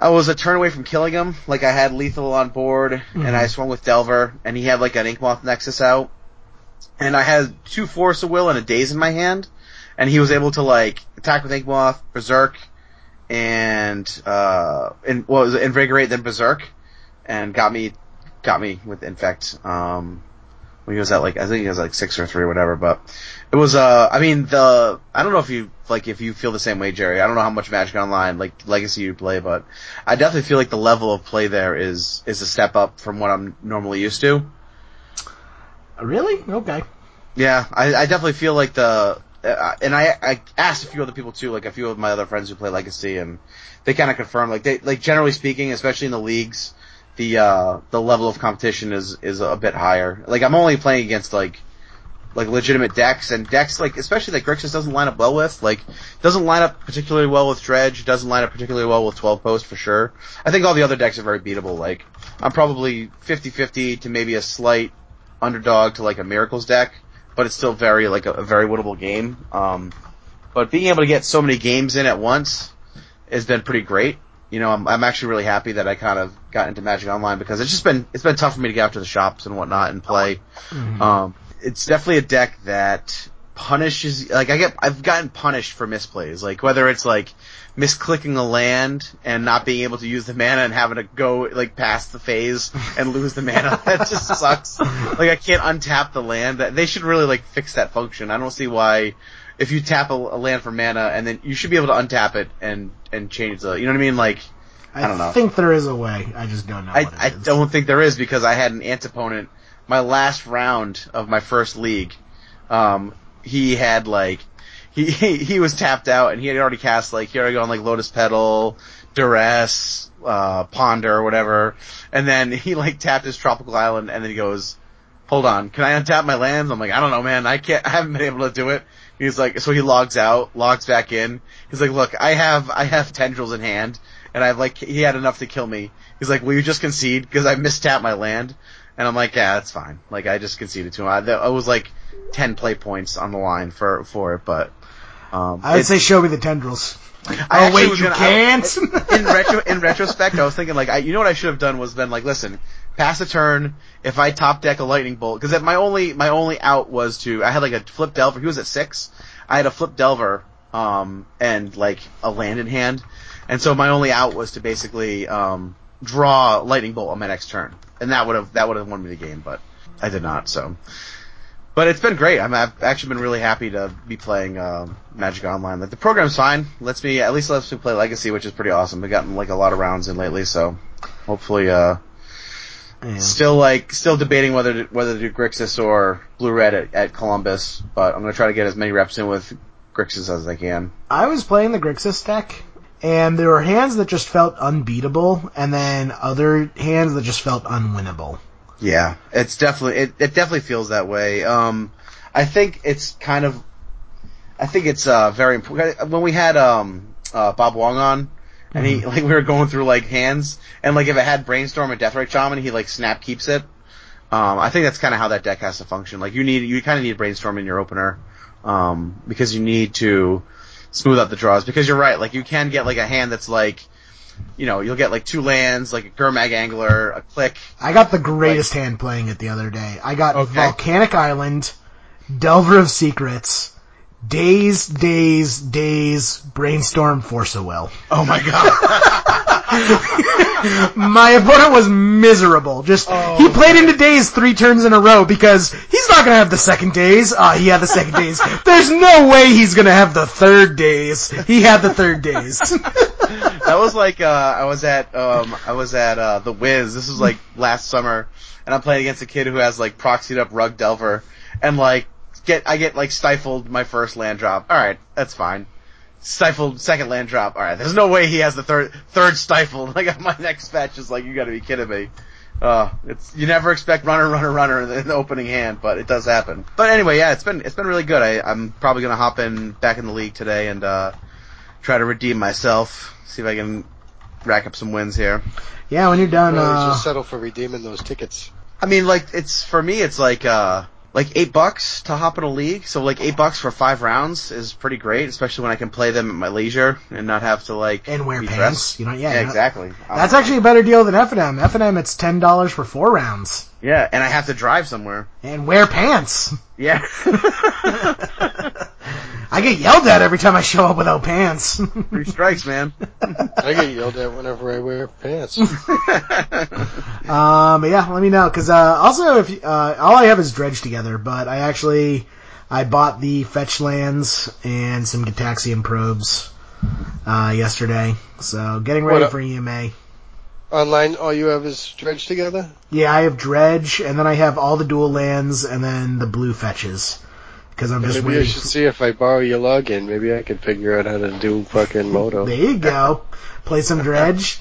I was a turn away from killing him. Like I had lethal on board and I swung with Delver and he had like an Inkmoth Nexus out. And I had two Force of Will and a Daze in my hand. And he was able to like attack with Inkmoth, Berserk, and uh, and well, it was invigorate then berserk, and got me, got me with infect. Um, when he was at like I think he was like six or three, or whatever. But it was uh, I mean the I don't know if you like if you feel the same way, Jerry. I don't know how much Magic Online like Legacy you play, but I definitely feel like the level of play there is is a step up from what I'm normally used to. Uh, Really? Okay. Yeah, I, I definitely feel like the, uh, and I, I asked a few other people too, like a few of my other friends who play Legacy, and they kind of confirmed, like they, like generally speaking, especially in the leagues, the, uh, the level of competition is, is a bit higher. Like I'm only playing against like, like legitimate decks, and decks like, especially that Grixis doesn't line up well with, like, doesn't line up particularly well with Dredge, doesn't line up particularly well with 12 post for sure. I think all the other decks are very beatable, like, I'm probably 50-50 to maybe a slight underdog to like a miracles deck, but it's still very like a, a very winnable game. Um, but being able to get so many games in at once has been pretty great. You know, I'm, I'm actually really happy that I kind of got into Magic Online because it's just been it's been tough for me to get out to the shops and whatnot and play. Um, it's definitely a deck that punishes like I get I've gotten punished for misplays like whether it's like misclicking a land and not being able to use the mana and having to go like past the phase and lose the mana that just sucks like I can't untap the land That- they should really like fix that function I don't see why if you tap a, a land for mana and then you should be able to untap it and and change the you know what I mean like I, don't know. think there is a way. I just don't know. I, what it I is. don't think there is because I had an ant opponent my last round of my first league. Um, he had like he he he was tapped out and he had already cast like here I go on like Lotus Petal, Duress, uh, Ponder or whatever, and then he like tapped his tropical island and then he goes, hold on, can I untap my lands? I'm like I don't know man, I can't, I haven't been able to do it. He's like, so he logs out, logs back in. He's like, look, I have, I have tendrils in hand, and I've like, he had enough to kill me. He's like, will you just concede? Because I mistapped my land. And I'm like, yeah, that's fine. Like, I just conceded to him. I, that- I was like 10 play points on the line for, for it, but, um, I would it- say show me the tendrils. I oh actually wait, was you gonna- I- can't. in retro in retrospect, I was thinking like, I, you know what I should have done was been like, listen, pass the turn. If I top deck a lightning bolt, because my only my only out was to I had like a flip delver. He was at six. I had a flip delver, um, and like a land in hand, and so my only out was to basically um draw lightning bolt on my next turn, and that would have that would have won me the game, but I did not. So. But it's been great. I'm, I've actually been really happy to be playing um Magic Online. Like the program's fine. Lets me at least lets me play Legacy, which is pretty awesome. We've gotten like a lot of rounds in lately, so hopefully, uh, Yeah. still like still debating whether to, whether to do Grixis or Blue Red at, at Columbus. But I'm gonna try to get as many reps in with Grixis as I can. I was playing the Grixis deck, and there were hands that just felt unbeatable, and then other hands that just felt unwinnable. Yeah, it's definitely it, it definitely feels that way. Um, I think it's kind of, I think it's uh very important. When we had um uh Bob Wong on, and he like we were going through like hands, and like if it had brainstorm or deathrite shaman, he like snap keeps it. Um, I think that's kind of how that deck has to function. Like you need you kind of need brainstorm in your opener, um, because you need to smooth out the draws. Because you're right, like you can get like a hand that's like. You know, you'll get like two lands, like a Gurmag Angler, a click, I got the greatest hand playing it the other day. I got Okay. Volcanic Island, Delver of Secrets, Days, Days, Days, Brainstorm, Force of Will. Oh my god. My opponent was miserable. Just Oh he played into Days three turns in a row because he's not gonna have the second Days. Ah, he had the second Days. There's no way he's gonna have the third Days. He had the third Days. that was like uh I was at um I was at uh the Wiz. This was like last summer and I'm playing against a kid who has like proxied up Rug Delver and like get I get like stifled my first land drop. Alright, that's fine. Stifled second land drop. Alright, there's no way he has the third third stifled. Like my next fetch is like you gotta be kidding me. Uh, it's you never expect runner, runner, runner in the, in the opening hand, but it does happen. But anyway, yeah, it's been it's been really good. I, I'm probably gonna hop in back in the league today and uh, try to redeem myself. See if I can rack up some wins here. Yeah, when you're done, Really, uh, just settle for redeeming those tickets. I mean, like it's for me, it's like uh, like eight bucks to hop in a league. So like eight bucks for five rounds is pretty great, especially when I can play them at my leisure and not have to like and wear be pants. dressed. You know, yeah, Yeah, you're not- exactly. Um, That's actually a better deal than F and M. F and M, it's ten dollars for four rounds yeah, and I have to drive somewhere. and wear pants. Yeah. I get yelled at every time I show up without pants. Three strikes, man. I get yelled at whenever I wear pants. Um, but yeah, let me know because uh, also if you- uh, all I have is dredge together, but I actually I bought the fetch lands and some Gataxian probes uh, yesterday, so getting ready What a- for E EMA. Online, all you have is dredge together. Yeah, I have dredge, and then I have all the dual lands, and then the blue fetches because I'm just Maybe I waiting. should see if I borrow your login. Maybe I can figure out how to do fucking moto. There you go, play some dredge.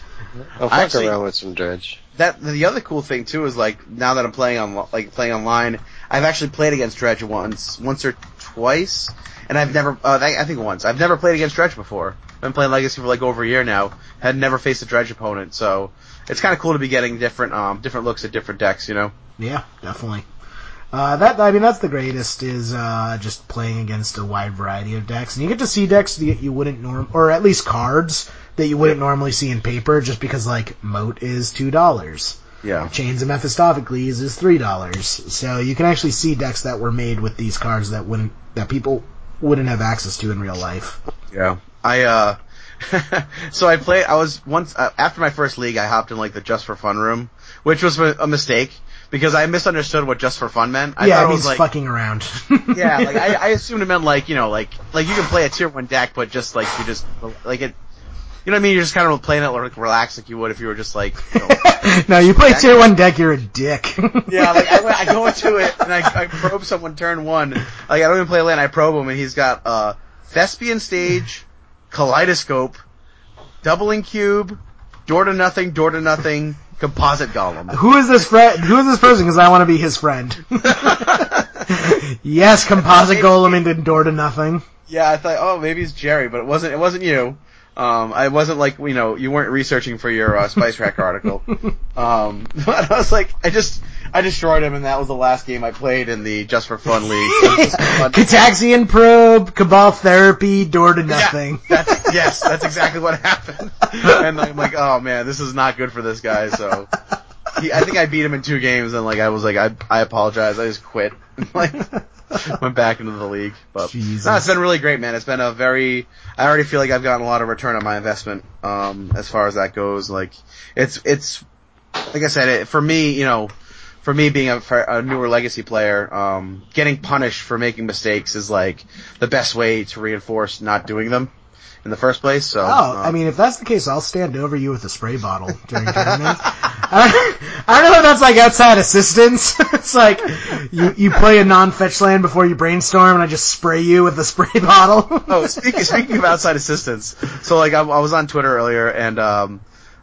I'll fuck Actually- around with some dredge. that the other cool thing too is like now that I'm playing on like playing online, I've actually played against Dredge once, once or twice, and I've never uh, I I think once I've never played against Dredge before. I've been playing Legacy for like over a year now, had never faced a Dredge opponent, so it's kind of cool to be getting different um different looks at different decks, you know. Yeah, definitely. Uh, that I mean, that's the greatest is uh, just playing against a wide variety of decks, and you get to see decks that you wouldn't norm, or at least cards that you wouldn't normally see in paper, just because like moat is two dollars, Yeah. chains of Mephistopheles is three dollars, so you can actually see decks that were made with these cards that wouldn't that people wouldn't have access to in real life. Yeah. I uh so I played I was once uh, after my first league I hopped in like the just for fun room, which was a a mistake because I misunderstood what just for fun meant. I yeah, thought it it means was like fucking around. Yeah, like I, I assumed it meant like you know, like like you can play a tier one deck, but just like you just like it. You know what I mean? You're just kind of playing it like relaxed, like you would if you were just like. You know, no, you play tier one deck, you're a dick. yeah, like I, went, I go into it and I, I probe someone turn one. Like I don't even play land. I probe him and he's got uh thespian stage, kaleidoscope, doubling cube, door to nothing, door to nothing, composite golem. Who is this friend? Who is this person? Because I want to be his friend. yes, composite golem into door to nothing. Yeah, I thought, oh, maybe it's Jerry, but it wasn't. It wasn't you. Um, I wasn't like you know you weren't researching for your uh, Spice Rack article. Um, but I was like, I just I destroyed him, and that was the last game I played in the Just for Fun league. So it's just fun. Cataxian probe, cabal therapy, door to Yeah, nothing. that's, yes, that's exactly what happened. And I'm like, oh man, this is not good for this guy. So he, I think I beat him in two games, and like I was like, I I apologize, I just quit. like went back into the league, but Jesus. no, it's been really great, man. It's been a very. I already feel like I've gotten a lot of return on my investment, um, as far as that goes. Like it's it's like I said, it, for me, you know, for me being a, for a newer legacy player, um, getting punished for making mistakes is like the best way to reinforce not doing them in the first place. So, Oh, um, I mean, if that's the case, I'll stand over you with a spray bottle during tournament. I don't- I don't know if that's like outside assistance. it's like you you play a non-fetch land before you brainstorm, and I just spray you with a spray bottle. oh, speaking, speaking of outside assistance, so like I, I was on Twitter earlier and, um,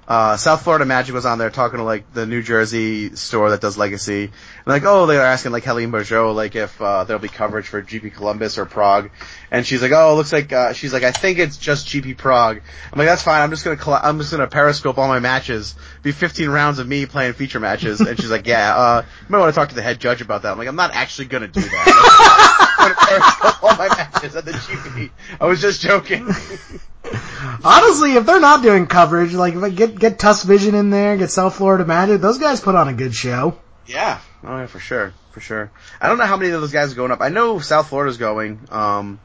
uh, South Florida Magic was on there talking to like the New Jersey store that does Legacy. And like, oh, they were asking like Helene Bourgeau, like if, uh, there'll be coverage for GP Columbus or Prague. And she's like, oh, it looks like, uh, she's like, I think it's just GP Prague. I'm like, that's fine. I'm just gonna, coll- I'm just gonna periscope all my matches. Be 15 rounds of me playing feature matches. And she's like, yeah, uh, you might want to talk to the head judge about that. I'm like, I'm not actually gonna do that. I'm gonna periscope all Oh my matches at the GP. I was just joking. Honestly, if they're not doing coverage, like if I get get Tusk Vision in there, get South Florida Magic, those guys put on a good show. Yeah. Oh yeah, for sure, for sure. I don't know how many of those guys are going up. I know South Florida's going. Um,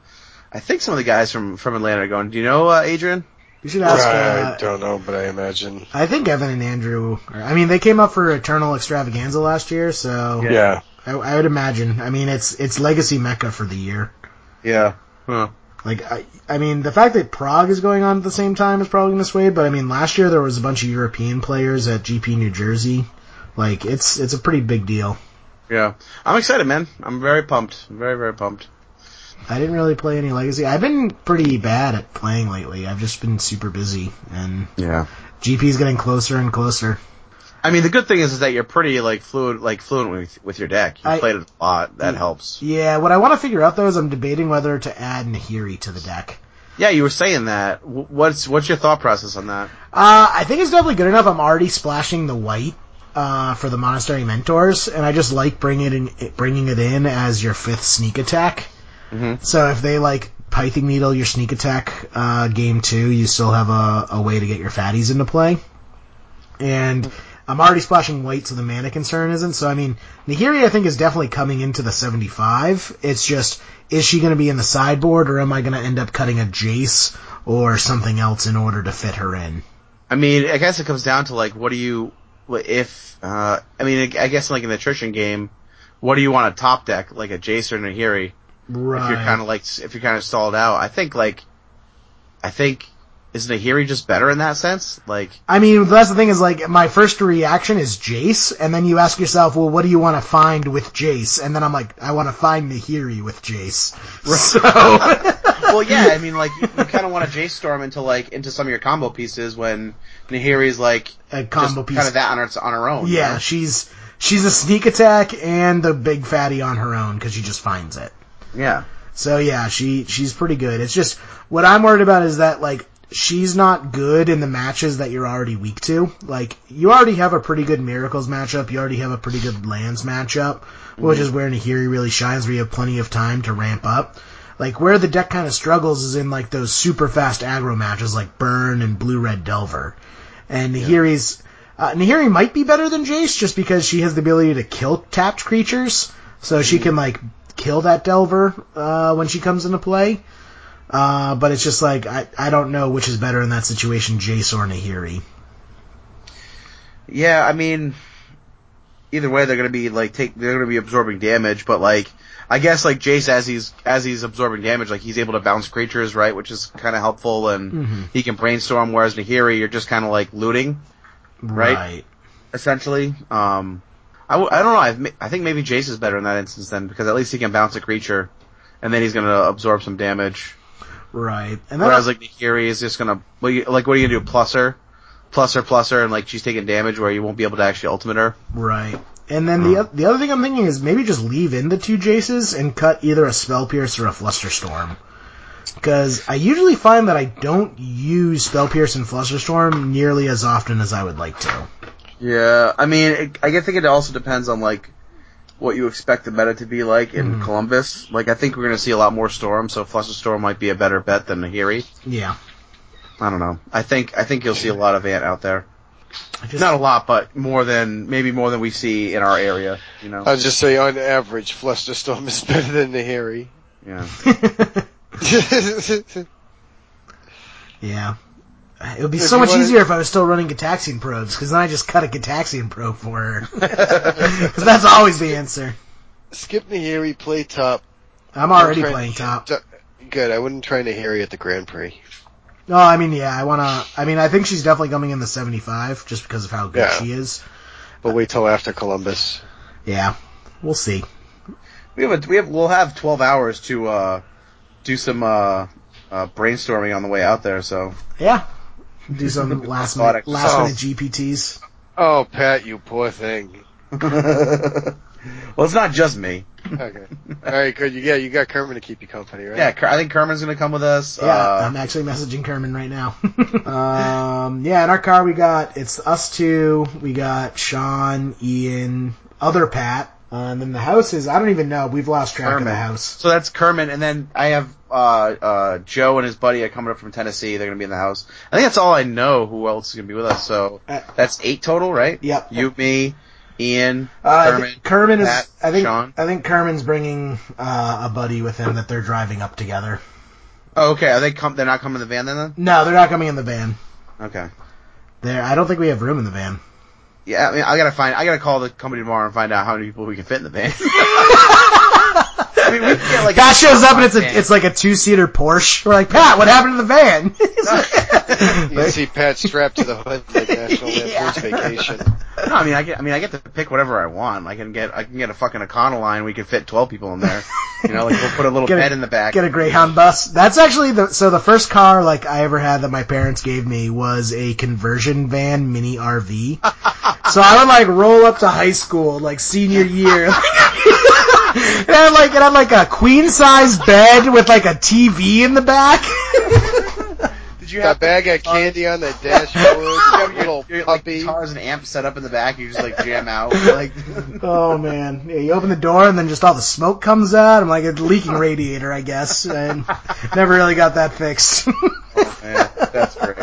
I think some of the guys from from Atlanta are going. Do you know uh, Adrian? You should ask. I Uh, don't know, but I imagine. I think Evan and Andrew. Are, I mean, they came up for Eternal Extravaganza last year, so Yeah. I, I would imagine. I mean, it's it's legacy mecca for the year. Yeah. Huh. Like, I, I mean, the fact that Prague is going on at the same time is probably going to sway. But I mean, last year there was a bunch of European players at GP New Jersey. Like, it's it's a pretty big deal. Yeah. I'm excited, man. I'm very pumped. I'm very very pumped. I didn't really play any legacy. I've been pretty bad at playing lately. I've just been super busy and Yeah. GP's getting closer and closer. I mean, the good thing is, is that you're pretty like fluid, like fluent with, with your deck. You I- played it a lot. That helps. Yeah, what I want to figure out though is I'm debating whether to add Nahiri to the deck. Yeah, you were saying that. W- What's what's your thought process on that? Uh, I think it's definitely good enough. I'm already splashing the white uh, for the Monastery Mentors, and I just like bringing it in, it- bringing it in as your fifth sneak attack. So if they like Pything Needle your sneak attack uh, game two, you still have a, a way to get your fatties into play. And I'm already splashing white, so the mana concern isn't. So I mean, Nahiri I think is definitely coming into the 75. It's just is she going to be in the sideboard, or am I going to end up cutting a Jace or something else in order to fit her in? I mean, I guess it comes down to like, what do you if? Uh, I mean, I guess like in the attrition game, what do you want to top deck like a Jace or Nahiri? Right. If you're kind of like, if you're kind of stalled out, I think like, I think is Nahiri just better in that sense? Like, I mean, that's the thing is like my first reaction is Jace, and then you ask yourself, well, what do you want to find with Jace? And then I'm like, I want to find Nahiri with Jace. So well, yeah, I mean, like you, you kind of want to Jace Storm into like into some of your combo pieces when Nahiri's like a combo piece. kind of that on her on her own. you yeah, know? she's she's a sneak attack and the big fatty on her own because she just finds it. yeah. So yeah, she she's pretty good. It's just what I'm worried about is that like she's not good in the matches that you're already weak to. Like you already have a pretty good miracles matchup. You already have a pretty good lands matchup, which is where Nahiri really shines. Where you have plenty of time to ramp up. Like where the deck kind of struggles is in like those super fast aggro matches like Burn and Blue Red Delver, and Nahiri's. Uh, Nahiri might be better than Jace just because she has the ability to kill tapped creatures, so she can like kill that Delver uh, when she comes into play. Uh, but it's just like I, I don't know which is better in that situation, Jace or Nahiri. Yeah, I mean, either way, they're gonna be like take they're gonna be absorbing damage, but like I guess like Jace as he's as he's absorbing damage, like he's able to bounce creatures, right, which is kind of helpful, and he can brainstorm. Whereas Nahiri, you're just kind of like looting Right. essentially. Um, I, w- I don't know. I've, ma- I think maybe Jace is better in that instance then because at least he can bounce a creature, and then he's gonna absorb some damage. right. And then Whereas like Nahiri is just gonna what you, like what are you gonna do? Plus her, plus her, plus her, and like she's taking damage where you won't be able to actually ultimate her. right. And then the oth- the other thing I'm thinking is maybe just leave in the two Jaces and cut either a Spell Pierce or a Flusterstorm. Because I usually find that I don't use Spell Pierce and Flusterstorm nearly as often as I would like to. Yeah, I mean, it, I think it also depends on like what you expect the meta to be like in Columbus. Like, I think we're gonna see a lot more Storm, so Fluster Storm might be a better bet than Nahiri. Yeah. I don't know. I think I think you'll see a lot of Ant out there. I just- Not a lot, but more than maybe more than we see in our area. You know? I'll just say, on average, Flusterstorm is better than Nahiri. yeah. Yeah. It would be If so you much wanna- easier if I was still running Gataxian probes, because then I just cut a Gataxian probe for her. Because that's always the answer. Skip Nahiri, play top. I'm already Try- playing top. Good. I wouldn't try Nahiri at the Grand Prix. No, I mean, yeah, I wanna. I mean, I think she's definitely coming in the 75 just because of how good Yeah. she is. But wait till after Columbus. Yeah, we'll see. We have a, we have we'll have twelve hours to uh, do some uh, uh, brainstorming on the way out there. So Yeah, do some last minute, Robotic last solve. minute GPTs. Oh, Pat, you poor thing. well, it's not just me. Okay. All right, good. You, yeah, you got Kermit to keep you company, right? Yeah, Ker- I think Kerman's gonna come with us. Yeah, uh, I'm actually messaging Kerman right now. um, yeah, in our car we got it's us two. We got Sean, Ian, other Pat, uh, and then the house is I don't even know. We've lost track of the Kerman. house. So that's Kermit, and then I have uh, uh, Joe and his buddy are coming up from Tennessee. They're gonna be in the house. I think that's all I know. Who else is gonna be with us? So Uh, that's eight total, right? Yep. You, me, Ian, Uh, Kermit. Kerman, Kerman is. Pat, I think. Sean. I think Kerman's bringing uh, a buddy with him that they're driving up together. Oh, okay, are they come? They're not coming in the van then? Then No, they're not coming in the van. okay. There, I don't think we have room in the van. Yeah, I mean, I gotta find. I gotta call the company tomorrow and find out how many people we can fit in the van. I mean, we can get like. Pat shows up and it's van. a, it's like a two seater Porsche. We're like, Pat, what happened to the van? He's like- You see Pat strapped to the hood like National Yeah. Lampoon's Vacation. No, I mean, I get. I mean, I get to pick whatever I want. I can get. I can get a fucking Econoline. We can fit twelve people in there. You know, like we'll put a little Get a- bed in the back. get a Greyhound bus. That's actually the so the first car like I ever had that my parents gave me was a conversion van mini RV. So I would like roll up to high school, like senior year. and I had like and I had like a queen size bed with like a TV in the back. Did you Got a bag of candy on the dashboard. little You're, like puppy. guitars and amps set up in the back. You just like jam out. Like oh man. Yeah, you open the door and then just all the smoke comes out. I'm like a leaking radiator, I guess. And never really got that fixed. Oh, man, that's great.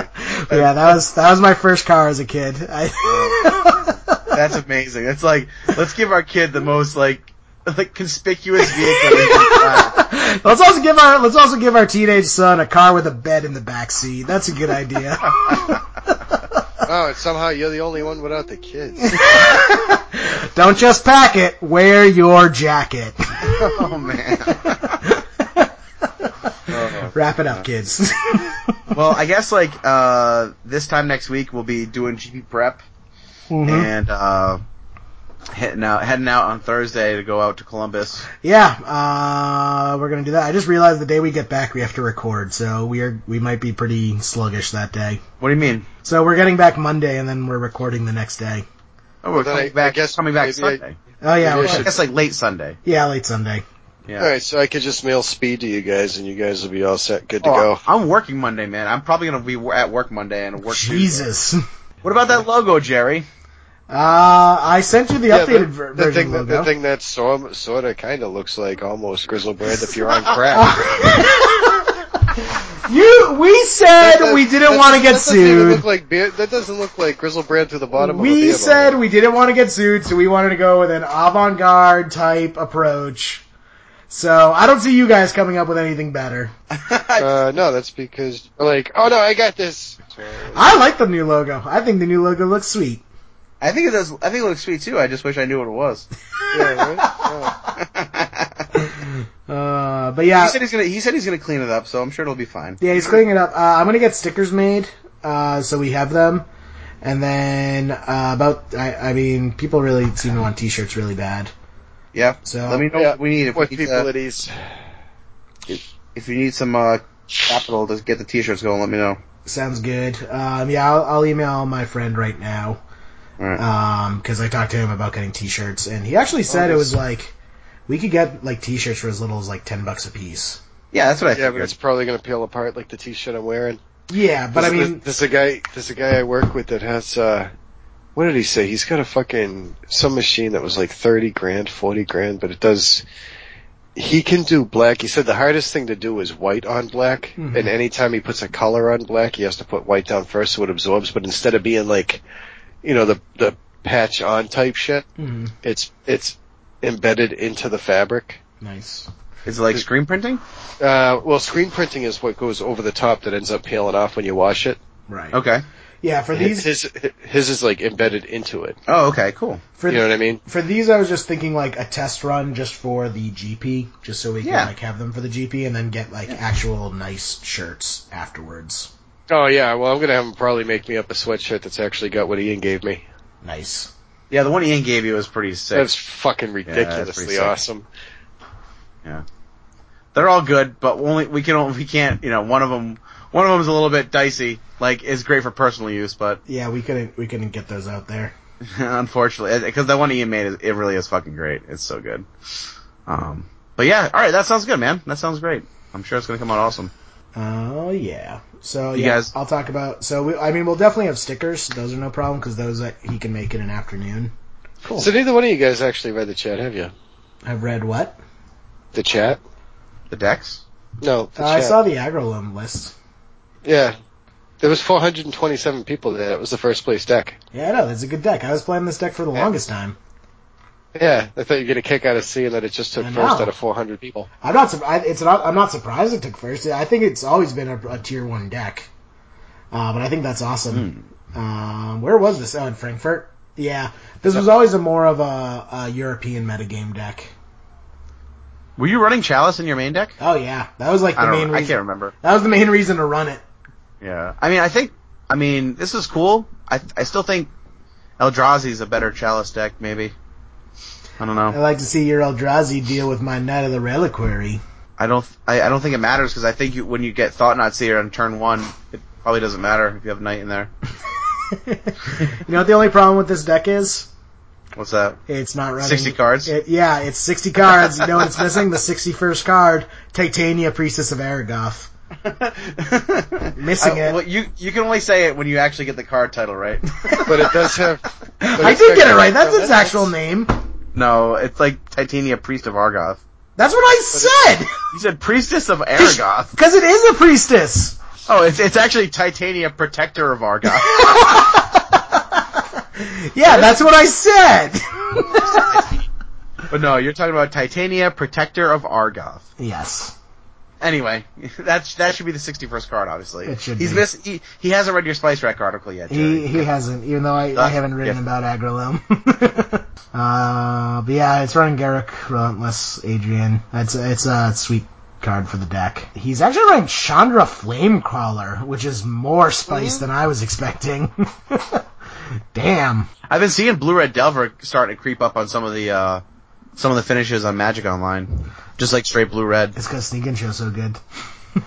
yeah, that was that was my first car as a kid. I That's amazing. That's like let's give our kid the most like like conspicuous vehicle. he can find. Let's also give our let's also give our teenage son a car with a bed in the back seat. That's a good idea. Oh, and somehow you're the only one without the kids. Don't just pack it, wear your jacket. Oh man. Oh. Wrap it up, kids. Well, I guess like uh this time next week we'll be doing GP prep Mhm. and uh heading out heading out on Thursday to go out to Columbus. Yeah, uh, we're gonna do that. I just realized the day we get back, we have to record, so we are we might be pretty sluggish that day. What do you mean? So we're getting back Monday, and then we're recording the next day. Oh, we're Well, then coming I- I back. guess coming back maybe I- Sunday. Oh yeah, Maybe I I we should. should- guess like late Sunday. yeah, late Sunday. Yeah. All right, so I could just mail speed to you guys, and you guys will be all set, good to Oh, go. I'm working Monday, man. I'm probably gonna be wo- at work Monday and work. Tuesday. Jesus. What about that logo, Jerry? Uh, I sent you the Yeah, updated the, ver- the version thing, logo. the thing that sort sort of kind of looks like almost grizzle bread if you're on crack. You, we said we didn't want That to get doesn't even sued. Look like beer, that doesn't look like grizzle bread through the bottom. of a We beer said bottle. we didn't want to get sued, so we wanted to go with an avant-garde type approach. So I don't see you guys coming up with anything better. Uh, no, that's because like, oh no, I got this. I like the new logo. I think the new logo looks sweet. I think it does. I think it looks sweet too. I just wish I knew what it was. Yeah, right? Uh, but he yeah, said he's gonna. He said he's gonna clean it up, so I'm sure it'll be fine. yeah, he's cleaning it up. Uh, I'm gonna get stickers made, uh, so we have them. And then uh, about, I, I mean, people really seem to want t-shirts really bad. Yeah. So Let me know Yeah. what we need. If What we need, people uh, it is. if you need some uh, capital to get the t-shirts going, let me know. Sounds good. Um, yeah, I'll, I'll email my friend right now All right. Uh, because I talked to him about getting T-shirts, and he actually said it was like we could get like T-shirts for as little as like ten bucks a piece. yeah, that's what I Yeah, figured. but it's probably gonna peel apart like the t-shirt I'm wearing. Yeah, but I mean, there's a guy, there's a guy I work with that has. uh what did he say? He's got a fucking some machine that was like thirty grand, forty grand, but it does. He can do black. He said the hardest thing to do is white on black, Mhm. and anytime he puts a color on black, he has to put white down first so it absorbs. But instead of being like, you know, the the patch on type shit, Mhm. it's it's embedded into the fabric. nice. Is it like screen printing? Uh, well, screen printing is what goes over the top that ends up peeling off when you wash it. Right. Okay. Yeah, for His, these, his his is like embedded into it. Oh, okay. Cool. for you know what I mean? for these, I was just thinking like a test run just for the GP, just so we can Yeah. like have them for the GP, and then get like actual nice shirts afterwards. Oh yeah. Well, I'm gonna have him probably make me up a sweatshirt that's actually got what Ian gave me. Nice. Yeah, the one Ian gave you was pretty sick. That's fucking ridiculously sick. awesome. They're all good, but only we can only we can't. You know, one of them one of them's a little bit dicey. Like, is great for personal use, but Yeah, we couldn't we couldn't get those out there. Unfortunately, because that one Ian made, is- it really is fucking great. It's so good. Um, but yeah, all right, that sounds good, man. That sounds great. I'm sure it's gonna come out awesome. Oh yeah. So You yeah, guys- I'll talk about. So we, I mean, we'll definitely have stickers. Those are no problem because those that he can make in an afternoon. Cool. So neither one of you guys actually read the chat, have you? I've read what? The chat? The decks? No. The Uh, I chat. saw the Agrilum list. Yeah. There was 427 people there. It was the first place deck. Yeah, I know that's a good deck. I was playing this deck for the Yeah. longest time. Yeah, I thought you would get a kick out of seeing that it just took I first know. out of 400 people. I'm not. sur- I, it's not. I'm not surprised it took first. I think it's always been a, a tier one deck. Uh, but I think that's awesome. Hmm. Um, where was this? Oh, in Frankfurt. Yeah, this was always a more of a, a European metagame deck. Were you running Chalice in your main deck? Oh yeah, that was like the Uh, I main. don't. I Reason, can't remember. That was the main reason to run it. Yeah. I mean, I think. I mean, this is cool. I I still think Eldrazi's a better Chalice deck, maybe. I don't I'd know. like to see your Eldrazi deal with my Knight of the Reliquary. I don't. I, I don't think it matters because I think you, when you get Thought Not Seer on turn one, it probably doesn't matter if you have Knight in there. You know what the only problem with this deck is? What's that? It's not running. 60 cards? It, yeah, it's 60 cards. You know what it's missing? The 61st card, Titania, Priestess of Aragoth. Missing I- it. Well, you you can only say it when you actually get the card title right. But it does have. but I it's did get it got- right. That's no, its actual name. no, it's like Titania, priest of Argoth. That's what I said! You said priestess of Aragoth. Because it is a priestess! Oh, it's it's actually Titania, protector of Argoth. Yeah, that's what I said! but no, you're talking about Titania, protector of Argoth. yes. Anyway, that's that should be the 61st card, obviously. It should He's be. miss he, he hasn't read your Spice Rack article yet. Jerry. He, he hasn't, even though I, I haven't written Yeah. about Agrilome. uh, but yeah, it's running Garrick, Relentless, Adrian. It's, it's a sweet card for the deck. He's actually running Chandra Flamecrawler, which is more spice than I was expecting. Damn. I've been seeing Blue Red Delver starting to creep up on some of the uh some of the finishes on Magic Online, just like straight Blue Red. It's because Sneak and Show's so good.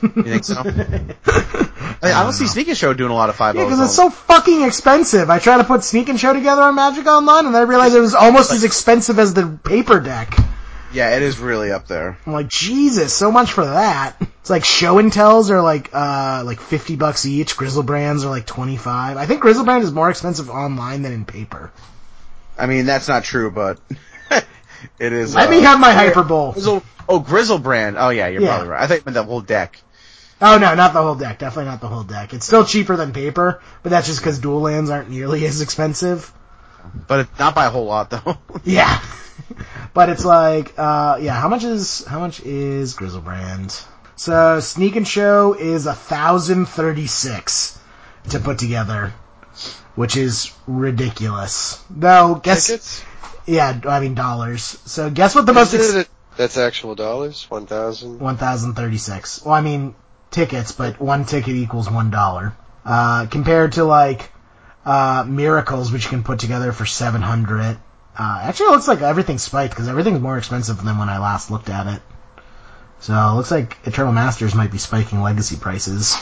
You think so? I, I don't see Sneaker Show doing a lot of five. oh Yeah, because it's so fucking expensive. I try to put Sneak and Show together on Magic Online, and then I realized it was almost as expensive as the paper deck. yeah, it is really up there. I'm like, Jesus, so much for that. It's like show and tells are like uh like fifty bucks each. Grizzle brands are like twenty five. I think Grizzle brand is more expensive online than in paper. I mean, that's not true, but it is. Let uh, me have my hyperbole. Grizzle, oh, Grizzle Brand. Oh yeah, you're Yeah. probably right. I thought you meant the whole deck. Oh no, not the whole deck. Definitely not the whole deck. It's still cheaper than paper, but that's just because dual lands aren't nearly as expensive. But it's not by a whole lot though. Yeah. but it's like, uh, yeah, how much is, how much is Grizzlebrand? So, Sneak and Show is 1036 to put together, which is ridiculous. Though, guess, Tickets? yeah, I mean dollars. So, guess what the most, Is ex- it- That's actual dollars? 1000 1036. Well, I mean, tickets, but one ticket equals one dollar. Uh, compared to like, uh, Miracles, which you can put together for 700. Uh, actually, it looks like everything's spiked because everything's more expensive than when I last looked at it. So it looks like Eternal Masters might be spiking legacy prices.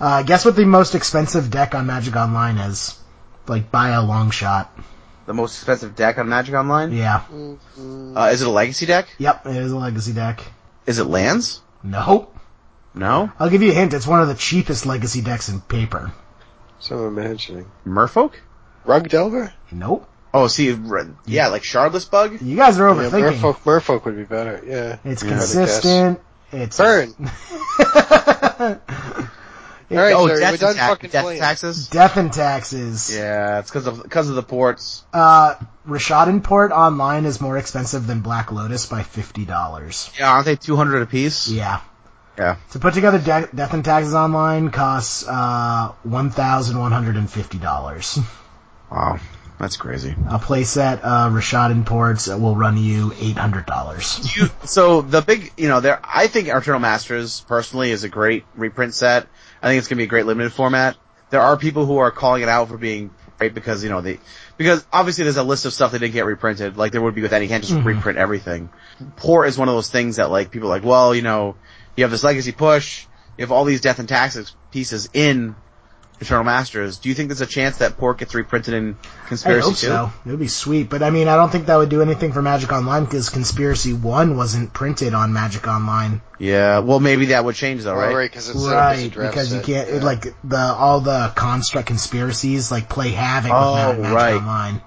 Uh, guess what the most expensive deck on Magic Online is? Like by a long shot. the most expensive deck on Magic Online. Yeah. Uh, is it a legacy deck? Yep. It is a legacy deck. Is it lands? Nope. No. I'll give you a hint. It's one of the cheapest legacy decks in paper. So I'm imagining. Merfolk? Rug Delver? Nope. Oh, see, r- yeah, like Shardless Bug. You guys are Yeah, overthinking. Merfolk, Merfolk would be better, yeah. it's Yeah. consistent. It's Burn! Alright, oh, sir, we're death, done attack- fucking death playing. taxes. death and taxes. Yeah, it's because of because of the ports. Uh, Rashad Port online is more expensive than Black Lotus by fifty dollars. Yeah, aren't they two hundred apiece? Yeah. Yeah. To put together de- Death and Taxes online costs uh one thousand one hundred and fifty dollars. Wow, that's crazy. A playset uh Rashad Ports will run you eight hundred dollars. you, so the big, you know, there. I think Eternal Masters personally is a great reprint set. I think it's gonna be a great limited format. There are people who are calling it out for being great because you know they, because obviously there's a list of stuff that didn't get reprinted, like there would be with any. You can't just Mm-hmm. reprint everything. Port is one of those things that like people are like, well, you know, you have this legacy push, you have all these death and taxes pieces in Eternal Masters. Do you think there's a chance that Port gets reprinted in I Conspiracy hope too? so. It would be sweet, but I mean, I don't think that would do anything for Magic Online because Conspiracy One wasn't printed on Magic Online. Yeah. Well, maybe that would change though, right? Alright, because it's set up as a right draft because you set, can't it, yeah. like the all the construct conspiracies like play havoc Oh, with Magic right. Online.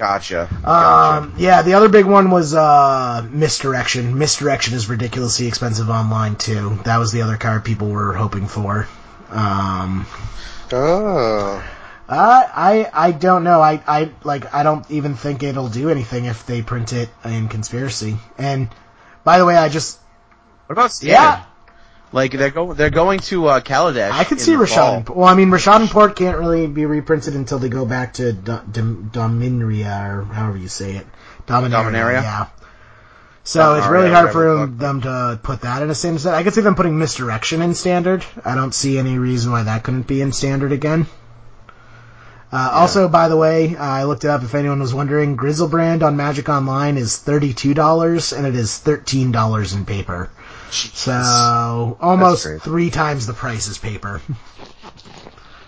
Gotcha. gotcha. Um, yeah, the other big one was uh, misdirection. Misdirection is ridiculously expensive online too. That was the other card people were hoping for. Um, Oh. uh, I I don't know. I, I like I don't even think it'll do anything if they print it in conspiracy. And by the way, I just What about Stan? Yeah. Like they're going they're going to uh Kaladesh. I could in see the fall. Rashad. And, well, I mean, Rashad and Port can't really be reprinted until they go back to Do- Dom- Dominaria or however you say it. Dominaria. Dominaria? Yeah. So it's Dominaria, really hard for whatever the them, them to put that in a standard set. I could see them putting misdirection in standard. I don't see any reason why that couldn't be in standard again. Uh, Also, by the way, I looked it up if anyone was wondering. Grizzlebrand on Magic Online is $32 and it is $13 in paper. So almost crazy. three times the price as paper.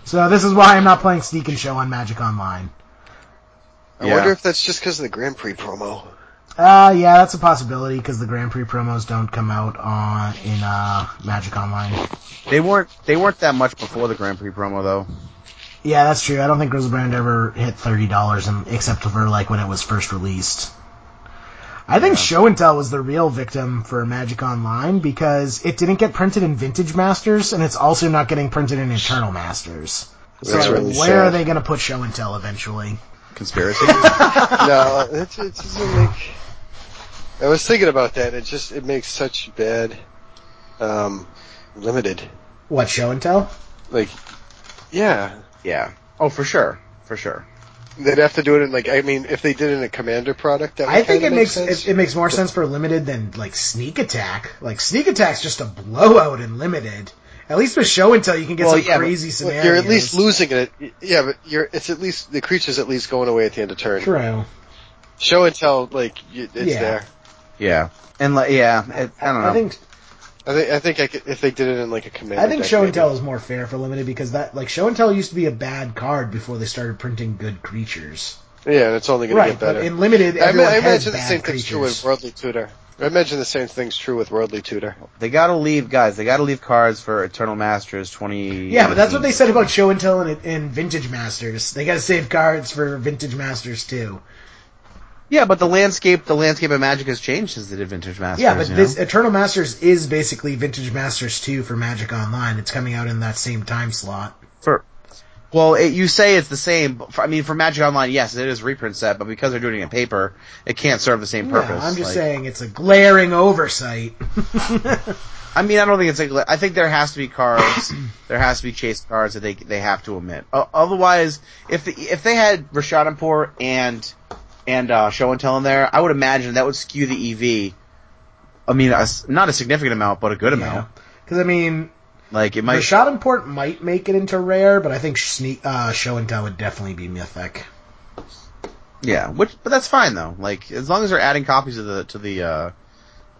So this is why I'm not playing Sneak and Show on Magic Online. I Yeah. wonder if that's just because of the Grand Prix promo. Uh, yeah, that's a possibility because the Grand Prix promos don't come out on in uh, Magic Online. They weren't they weren't that much before the Grand Prix promo though. Yeah, that's true. I don't think Grizzlebrand ever hit thirty dollars, um, except for like when it was first released. I think Show and Tell was the real victim for Magic Online because it didn't get printed in Vintage Masters, and it's also not getting printed in Eternal Masters. So That's really where are sad. they going to put Show and Tell eventually? Conspiracy. no, it, it doesn't make. I was thinking about that. It just it makes such bad, um, limited. What Show and Tell? Like, yeah, yeah. Oh, for sure, for sure. they'd have to do it in like. I mean, if they did it in a Commander product, that would I think kinda it make makes sense. it, it makes more sense for limited than like sneak attack. Like sneak attack's just a blowout in limited. At least with show and tell, you can get Well, some yeah, but- crazy Well, scenarios. you're at least losing it. Yeah, but you're it's at least the creature's at least going away at the end of turn. True. Show and tell, like you, it's Yeah. there. Yeah. And like, yeah, it, I Um, don't know. I think I think I think I could, if they did it in like a Commander. I think deck, show and maybe. tell is more fair for limited because that like show and tell used to be a bad card before they started printing good creatures. Yeah, and it's only going to Right, get better. but in limited, I, ma- everyone I has imagine the bad same thing's true with creatures. Worldly Tutor. I imagine the same thing's true with Worldly Tutor. They gotta leave, guys. They gotta leave cards for Eternal Masters 20. Yeah, but that's what they said about show and tell and, and vintage masters. They got to save cards for vintage masters too. Yeah, but the landscape, the landscape of Magic has changed since they did Vintage Masters. Yeah, but you this know? Eternal Masters is basically Vintage Masters 2 for Magic Online. It's coming out in that same time slot. for well, it, you say it's the same. But for, I mean, for Magic Online, yes, it is reprint set, but because they're doing it in paper, it can't serve the same purpose. Yeah, I'm just Like, saying it's a glaring oversight. I mean, I don't think it's like. I think there has to be cards. there has to be chase cards that they they have to omit. O otherwise, if the, if they had Rashad and Poor and and uh, Show and Tell in there, I would imagine that would skew the EV. I mean, a s not a significant amount, but a good amount. Because, I mean, Like it the might. shot import might make it into rare, but I think sne- uh, Show and Tell would definitely be mythic. Yeah, which but that's fine though. Like as long as they're adding copies of the to the uh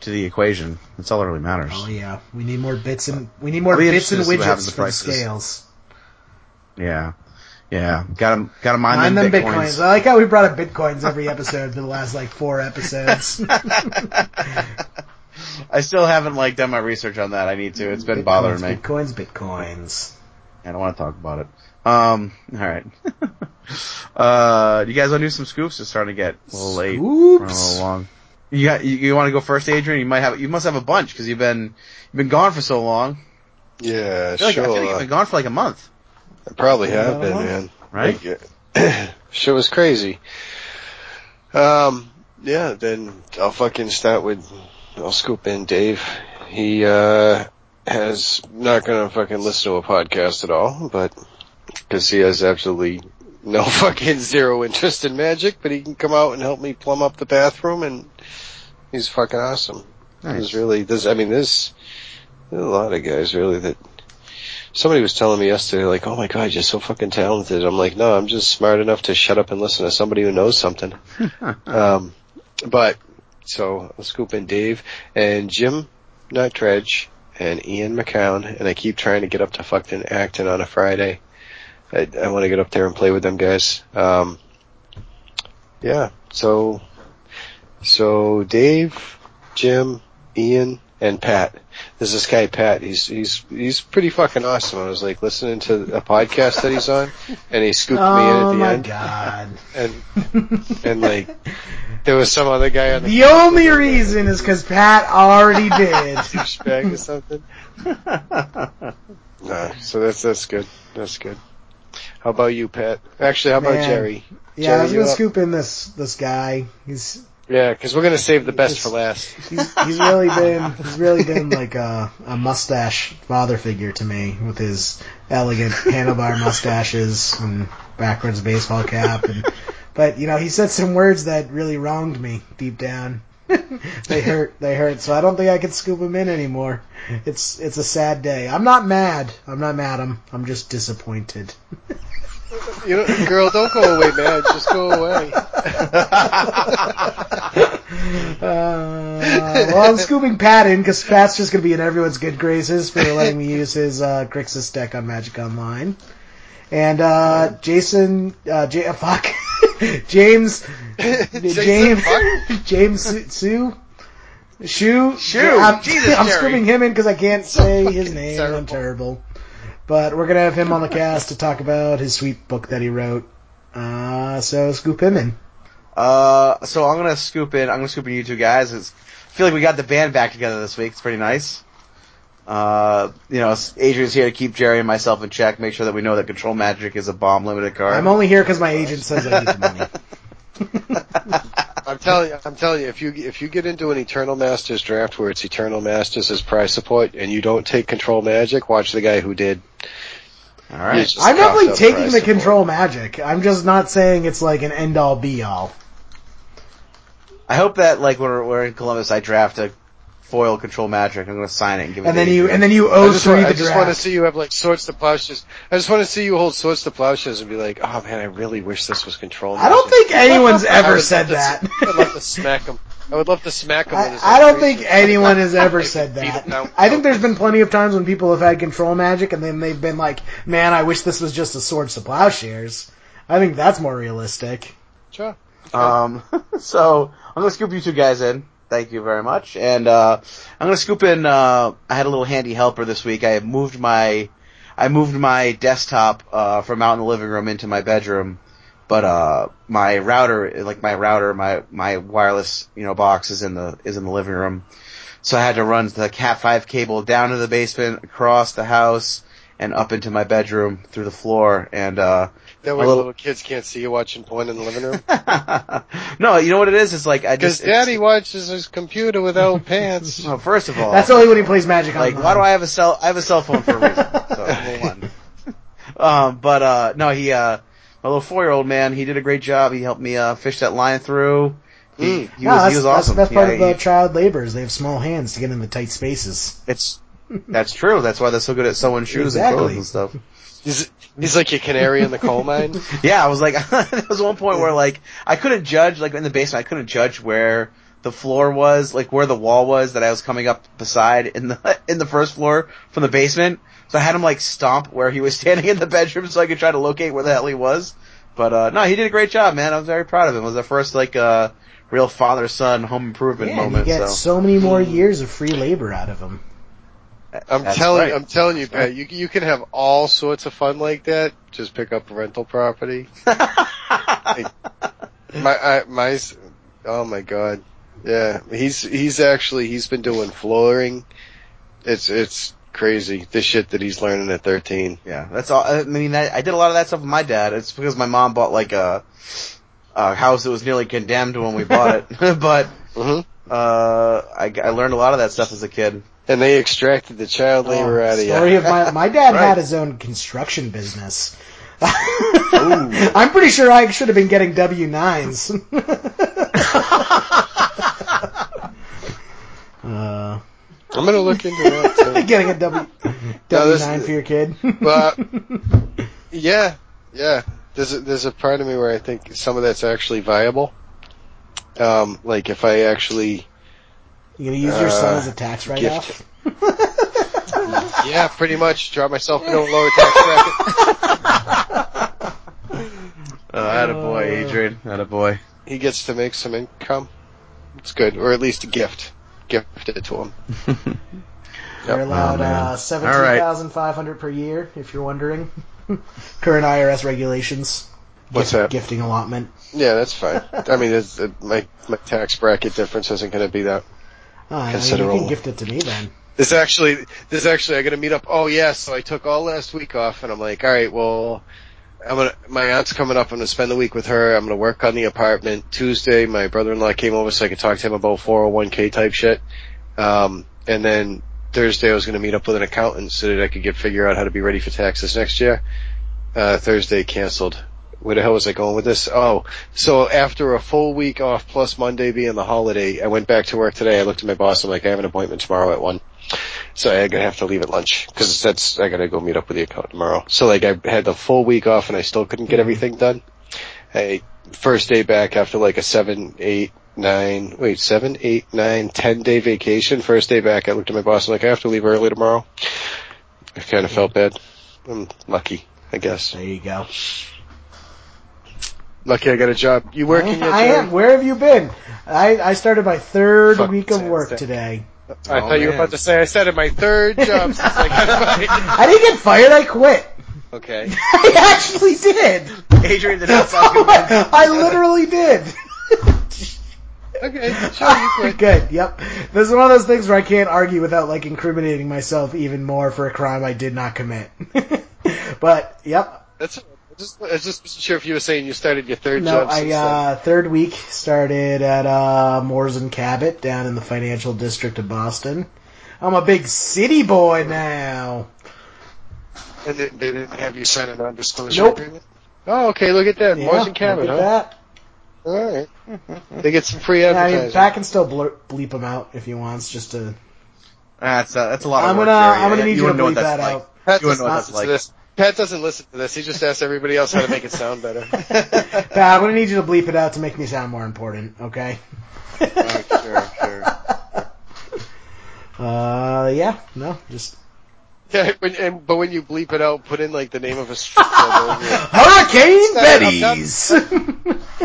to the equation, that's all that really matters. Oh, yeah. We need more bits and we need more I'll be bits and interested to see what happens widgets to for the prices. scales. Yeah, yeah. Got to got to mine, Mine them them bitcoins. I like how we brought up bitcoins every episode for the last, like, four episodes. I still haven't like done my research on that. I need to. It's been bothering me. Bitcoins, bitcoins. I don't want to talk about it. Um. All right. uh, you guys want to do some scoops? It's starting to get a little late. We're running a Oops. little long. You got, you, you want to go first, Adrian? You might have you must have a bunch because you've been you've been gone for so long. Yeah, I feel like, I sure. feel like you've been gone for like a month, I probably have Uh-huh. been, man. right? Like, uh, shit was crazy. Um, yeah, then I'll fucking start with, I'll scoop in Dave. He, uh, has not gonna fucking listen to a podcast at all, but, cause he has absolutely no fucking zero interest in magic, but he can come out and help me plumb up the bathroom and he's fucking awesome. There's Nice. really there's I mean there's, there's a lot of guys really that somebody was telling me yesterday like oh my god you're so fucking talented I'm like no I'm just smart enough to shut up and listen to somebody who knows something um but so I'll scoop in Dave and Jim Nutredge and Ian McCown and I keep trying to get up to fucking Acton on a Friday I, I want to get up there and play with them guys um yeah so so Dave Jim Ian and Pat. There's this guy Pat. He's he's he's pretty fucking awesome. I was like listening to a podcast that he's on, and he scooped Oh me in at the my end, god. and and like there was some other guy on the, The only reason is because Pat already did. douchebag or something. Nah, so that's that's good. That's good. How about you, Pat? Actually, how about Man. Jerry? Yeah, I was Jerry, gonna you up? scoop in this this guy. He's Yeah, because we're gonna save the best for last. he's he's really been he's really been like a, a mustache father figure to me with his elegant handlebar mustaches and backwards baseball cap and but you know he said some words that really wronged me deep down. they hurt. They hurt. So I don't think I can scoop him in anymore. It's it's a sad day. I'm not mad. I'm not mad. I'm I'm just disappointed. You know, girl, don't go away, man. Just go away. Uh, well, I'm scooping Pat in because Pat's just going to be in everyone's good graces for letting me use his uh, Grixis deck on Magic Online. And uh, Jason, uh, J- uh, fuck, James, James, James Su- Sue, Shu, Shu, I'm, Jesus, I'm Jerry. scribbling him in because I can't say his name. I'm terrible. terrible. But we're gonna have him on the cast to talk about his sweet book that he wrote. Uh, so scoop him in. Uh, so I'm gonna scoop in. I'm gonna scoop in you two guys. It's, I feel like we got the band back together this week. It's pretty nice. Uh, you know, Adrian's here to keep Jerry and myself in check. Make sure that we know that Control Magic is a bomb limited card. I'm only here because my agent says I need the money. I'm telling you, I'm telling you, if you if you get into an Eternal Masters draft where it's Eternal Masters as prize support and you don't take Control Magic, watch the guy who did. All right. He's just I'm coughed definitely up taking prize the support. control magic. I'm just not saying it's like an end all be all. I hope that like when we're, we're in Columbus, I draft a foil Control Magic. I'm gonna sign it and give it. And to then you Adrian. and then you I owe just, three want, the I just want to draft. see you have like swords to plowshares. I just want to see you hold swords to plowshares and be like, oh man, I really wish this was Control. I don't think anyone's I ever would said love that. to- I'd love to smack him. I would love to smack him. with I, his I don't own think creature. anyone has ever said Beat that. him down. I think there's been plenty of times when people have had control magic and then they've been like, "Man, I wish this was just a swords to plowshares." I think that's more realistic. Sure. Um, so I'm gonna scoop you two guys in. Thank you very much. And uh, I'm gonna scoop in. Uh, I had a little handy helper this week. I moved my I moved my desktop uh, from out in the living room into my bedroom, but uh, my router, like my router, my my wireless you know box is in the is in the living room. So I had to run the Cat5 cable down to the basement, across the house, and up into my bedroom through the floor. And uh, That way, A little- little kids can't see you watching porn in the living room. no, you know what it is? It's like I Because just it's- Daddy watches his computer without pants. Well, first of all, That's only when he plays magic. like, online. why do I have a cell? I have a cell phone for a reason. So number one. Um, but uh, no, he, uh, my little four-year-old man, he did a great job. He helped me uh, fish that line through. He, he, Mm. No, was, that's, he was that's- awesome. That's, Yeah, part of the he- child labor is they have small hands to get into tight spaces. it's that's true. That's why they're so good at sewing shoes Exactly. and clothes and stuff. He's, he's like your canary in the coal mine. Yeah, I was like, there was one point where like I couldn't judge, like in the basement, I couldn't judge where the floor was, like where the wall was that I was coming up beside in the in the first floor from the basement. So I had him like stomp where he was standing in the bedroom so I could try to locate where the hell he was. But uh no, he did a great job, man. I was very proud of him. It was the first like uh real father son home improvement Yeah, and you moment. get so. So many more years of free labor out of them. I'm That's telling, right. I'm telling you, Pat, you you can have all sorts of fun like that. Just pick up rental property. Like, my, I, my, s- oh my god, yeah. He's he's actually he's been doing flooring. It's it's crazy the shit that he's learning at 13. Yeah, that's all. I mean, that, I did a lot of that stuff with my dad. It's because my mom bought like a, a house that was nearly condemned when we bought it. but hmm uh, I, I learned a lot of that stuff as a kid. And they extracted the child labor out of Story you. of my my dad Right. had his own construction business. I'm pretty sure I should have been getting W nines. uh, I'm gonna look into that too. getting a W No, W this- nine for your kid. But yeah, yeah. There's a, there's a part of me where I think some of that's actually viable. Um, like if I actually, you gonna use your son uh, as a tax write gift. off? yeah, pretty much drop myself into a lower tax bracket. Oh, attaboy, Uh. Adrian. Attaboy. He gets to make some income. It's good, or at least a gift. Gift it to him. You're Oh, allowed man. uh, seventeen thousand five hundred per year, if you're wondering. Current IRS regulations. What's that? Gifting allotment. Yeah, that's fine. I mean, it's, uh, my my tax bracket difference isn't going to be that Oh, I mean, you Considerable. can gift it to me then. This actually, this actually, I gotta meet up. Oh yeah, so I took all last week off, and I'm like, all right, well, I'm gonna, my aunt's coming up. I'm gonna spend the week with her. I'm gonna work on the apartment. Tuesday, my brother-in-law came over so I could talk to him about 401k type shit. Um, and then Thursday, I was gonna meet up with an accountant so that I could get figure out how to be ready for taxes next year. Uh, Thursday canceled. Where the hell was I going with this? Oh, so after a full week off plus Monday being the holiday, I went back to work today. I looked at my boss. I'm like, I have an appointment tomorrow at one. So I'm gonna have to leave at lunch because that's I gotta go meet up with the account tomorrow. So like I had the full week off and I still couldn't get everything done. I first day back after like a seven, eight, nine, wait seven, eight, nine, ten day vacation. First day back, I looked at my boss. I'm like, I have to leave early tomorrow. I kind of felt bad. I'm lucky. I guess. There you go. Lucky I got a job. You working yet, Eh, I am. Jerry? Where have you been? I, I started my third Fuck week of Sam's work dick. today. I Oh, thought you were man. about to say I started my third job since I got I didn't get fired. I quit. fired. Okay. I actually did. Adrian did not sound good. I literally did. Okay. Sure, you quit. Good. Yep. This is one of those things where I can't argue without like incriminating myself even more for a crime I did not commit. but yep. That's. I just, I just wasn't sure if you were saying you started your third No, job. I since uh, third week started at uh, Moores and Cabot down in the financial district of Boston. I'm a big city boy now. then. And they, they didn't have you sign a non-disclosure Nope. agreement. Oh, okay. Look at that. Yeah, Morrison Cabot, look at huh? that. All right. They get some free I advertising. mean, Pat can still blur- bleep him out if he wants, just to. That's a, that's a lot of I'm work, gonna, Jerry. I'm gonna need you, wouldn't to know what bleep that that's like. out. Pat You wouldn't know doesn't listen what that's like. to this. Pat doesn't listen to this. He just asks everybody else how to make it sound better. Pat, I'm gonna need you to bleep it out to make me sound more important, okay? sure, sure. Uh, yeah, no, just Yeah, when, and, but when you bleep it out, put in like the name of a strip club over it. Hurricane Betty's. Betty's.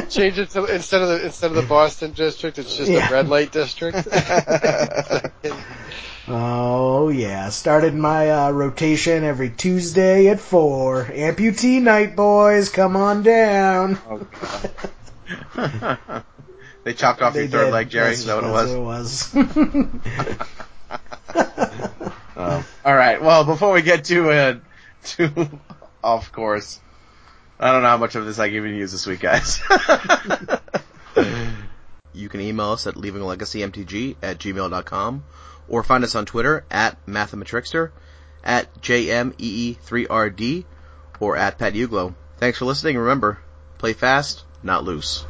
Change it to instead of the instead of the Boston district, it's just Yeah. the red light district. oh yeah, started my uh, rotation every Tuesday at four. Amputee night, boys, come on down. they chopped off They your third did. leg, Jerry. That's- Is that what it that's was? what it was. Oh. All right. Well, before we get to uh, to off course, I don't know how much of this I can even use this week, guys. you can email us at leavinglegacymtg at gmail.com or find us on Twitter at mathematrixter, at E jmee3rd, or at Pat Uglow. Thanks for listening. Remember, play fast, not loose.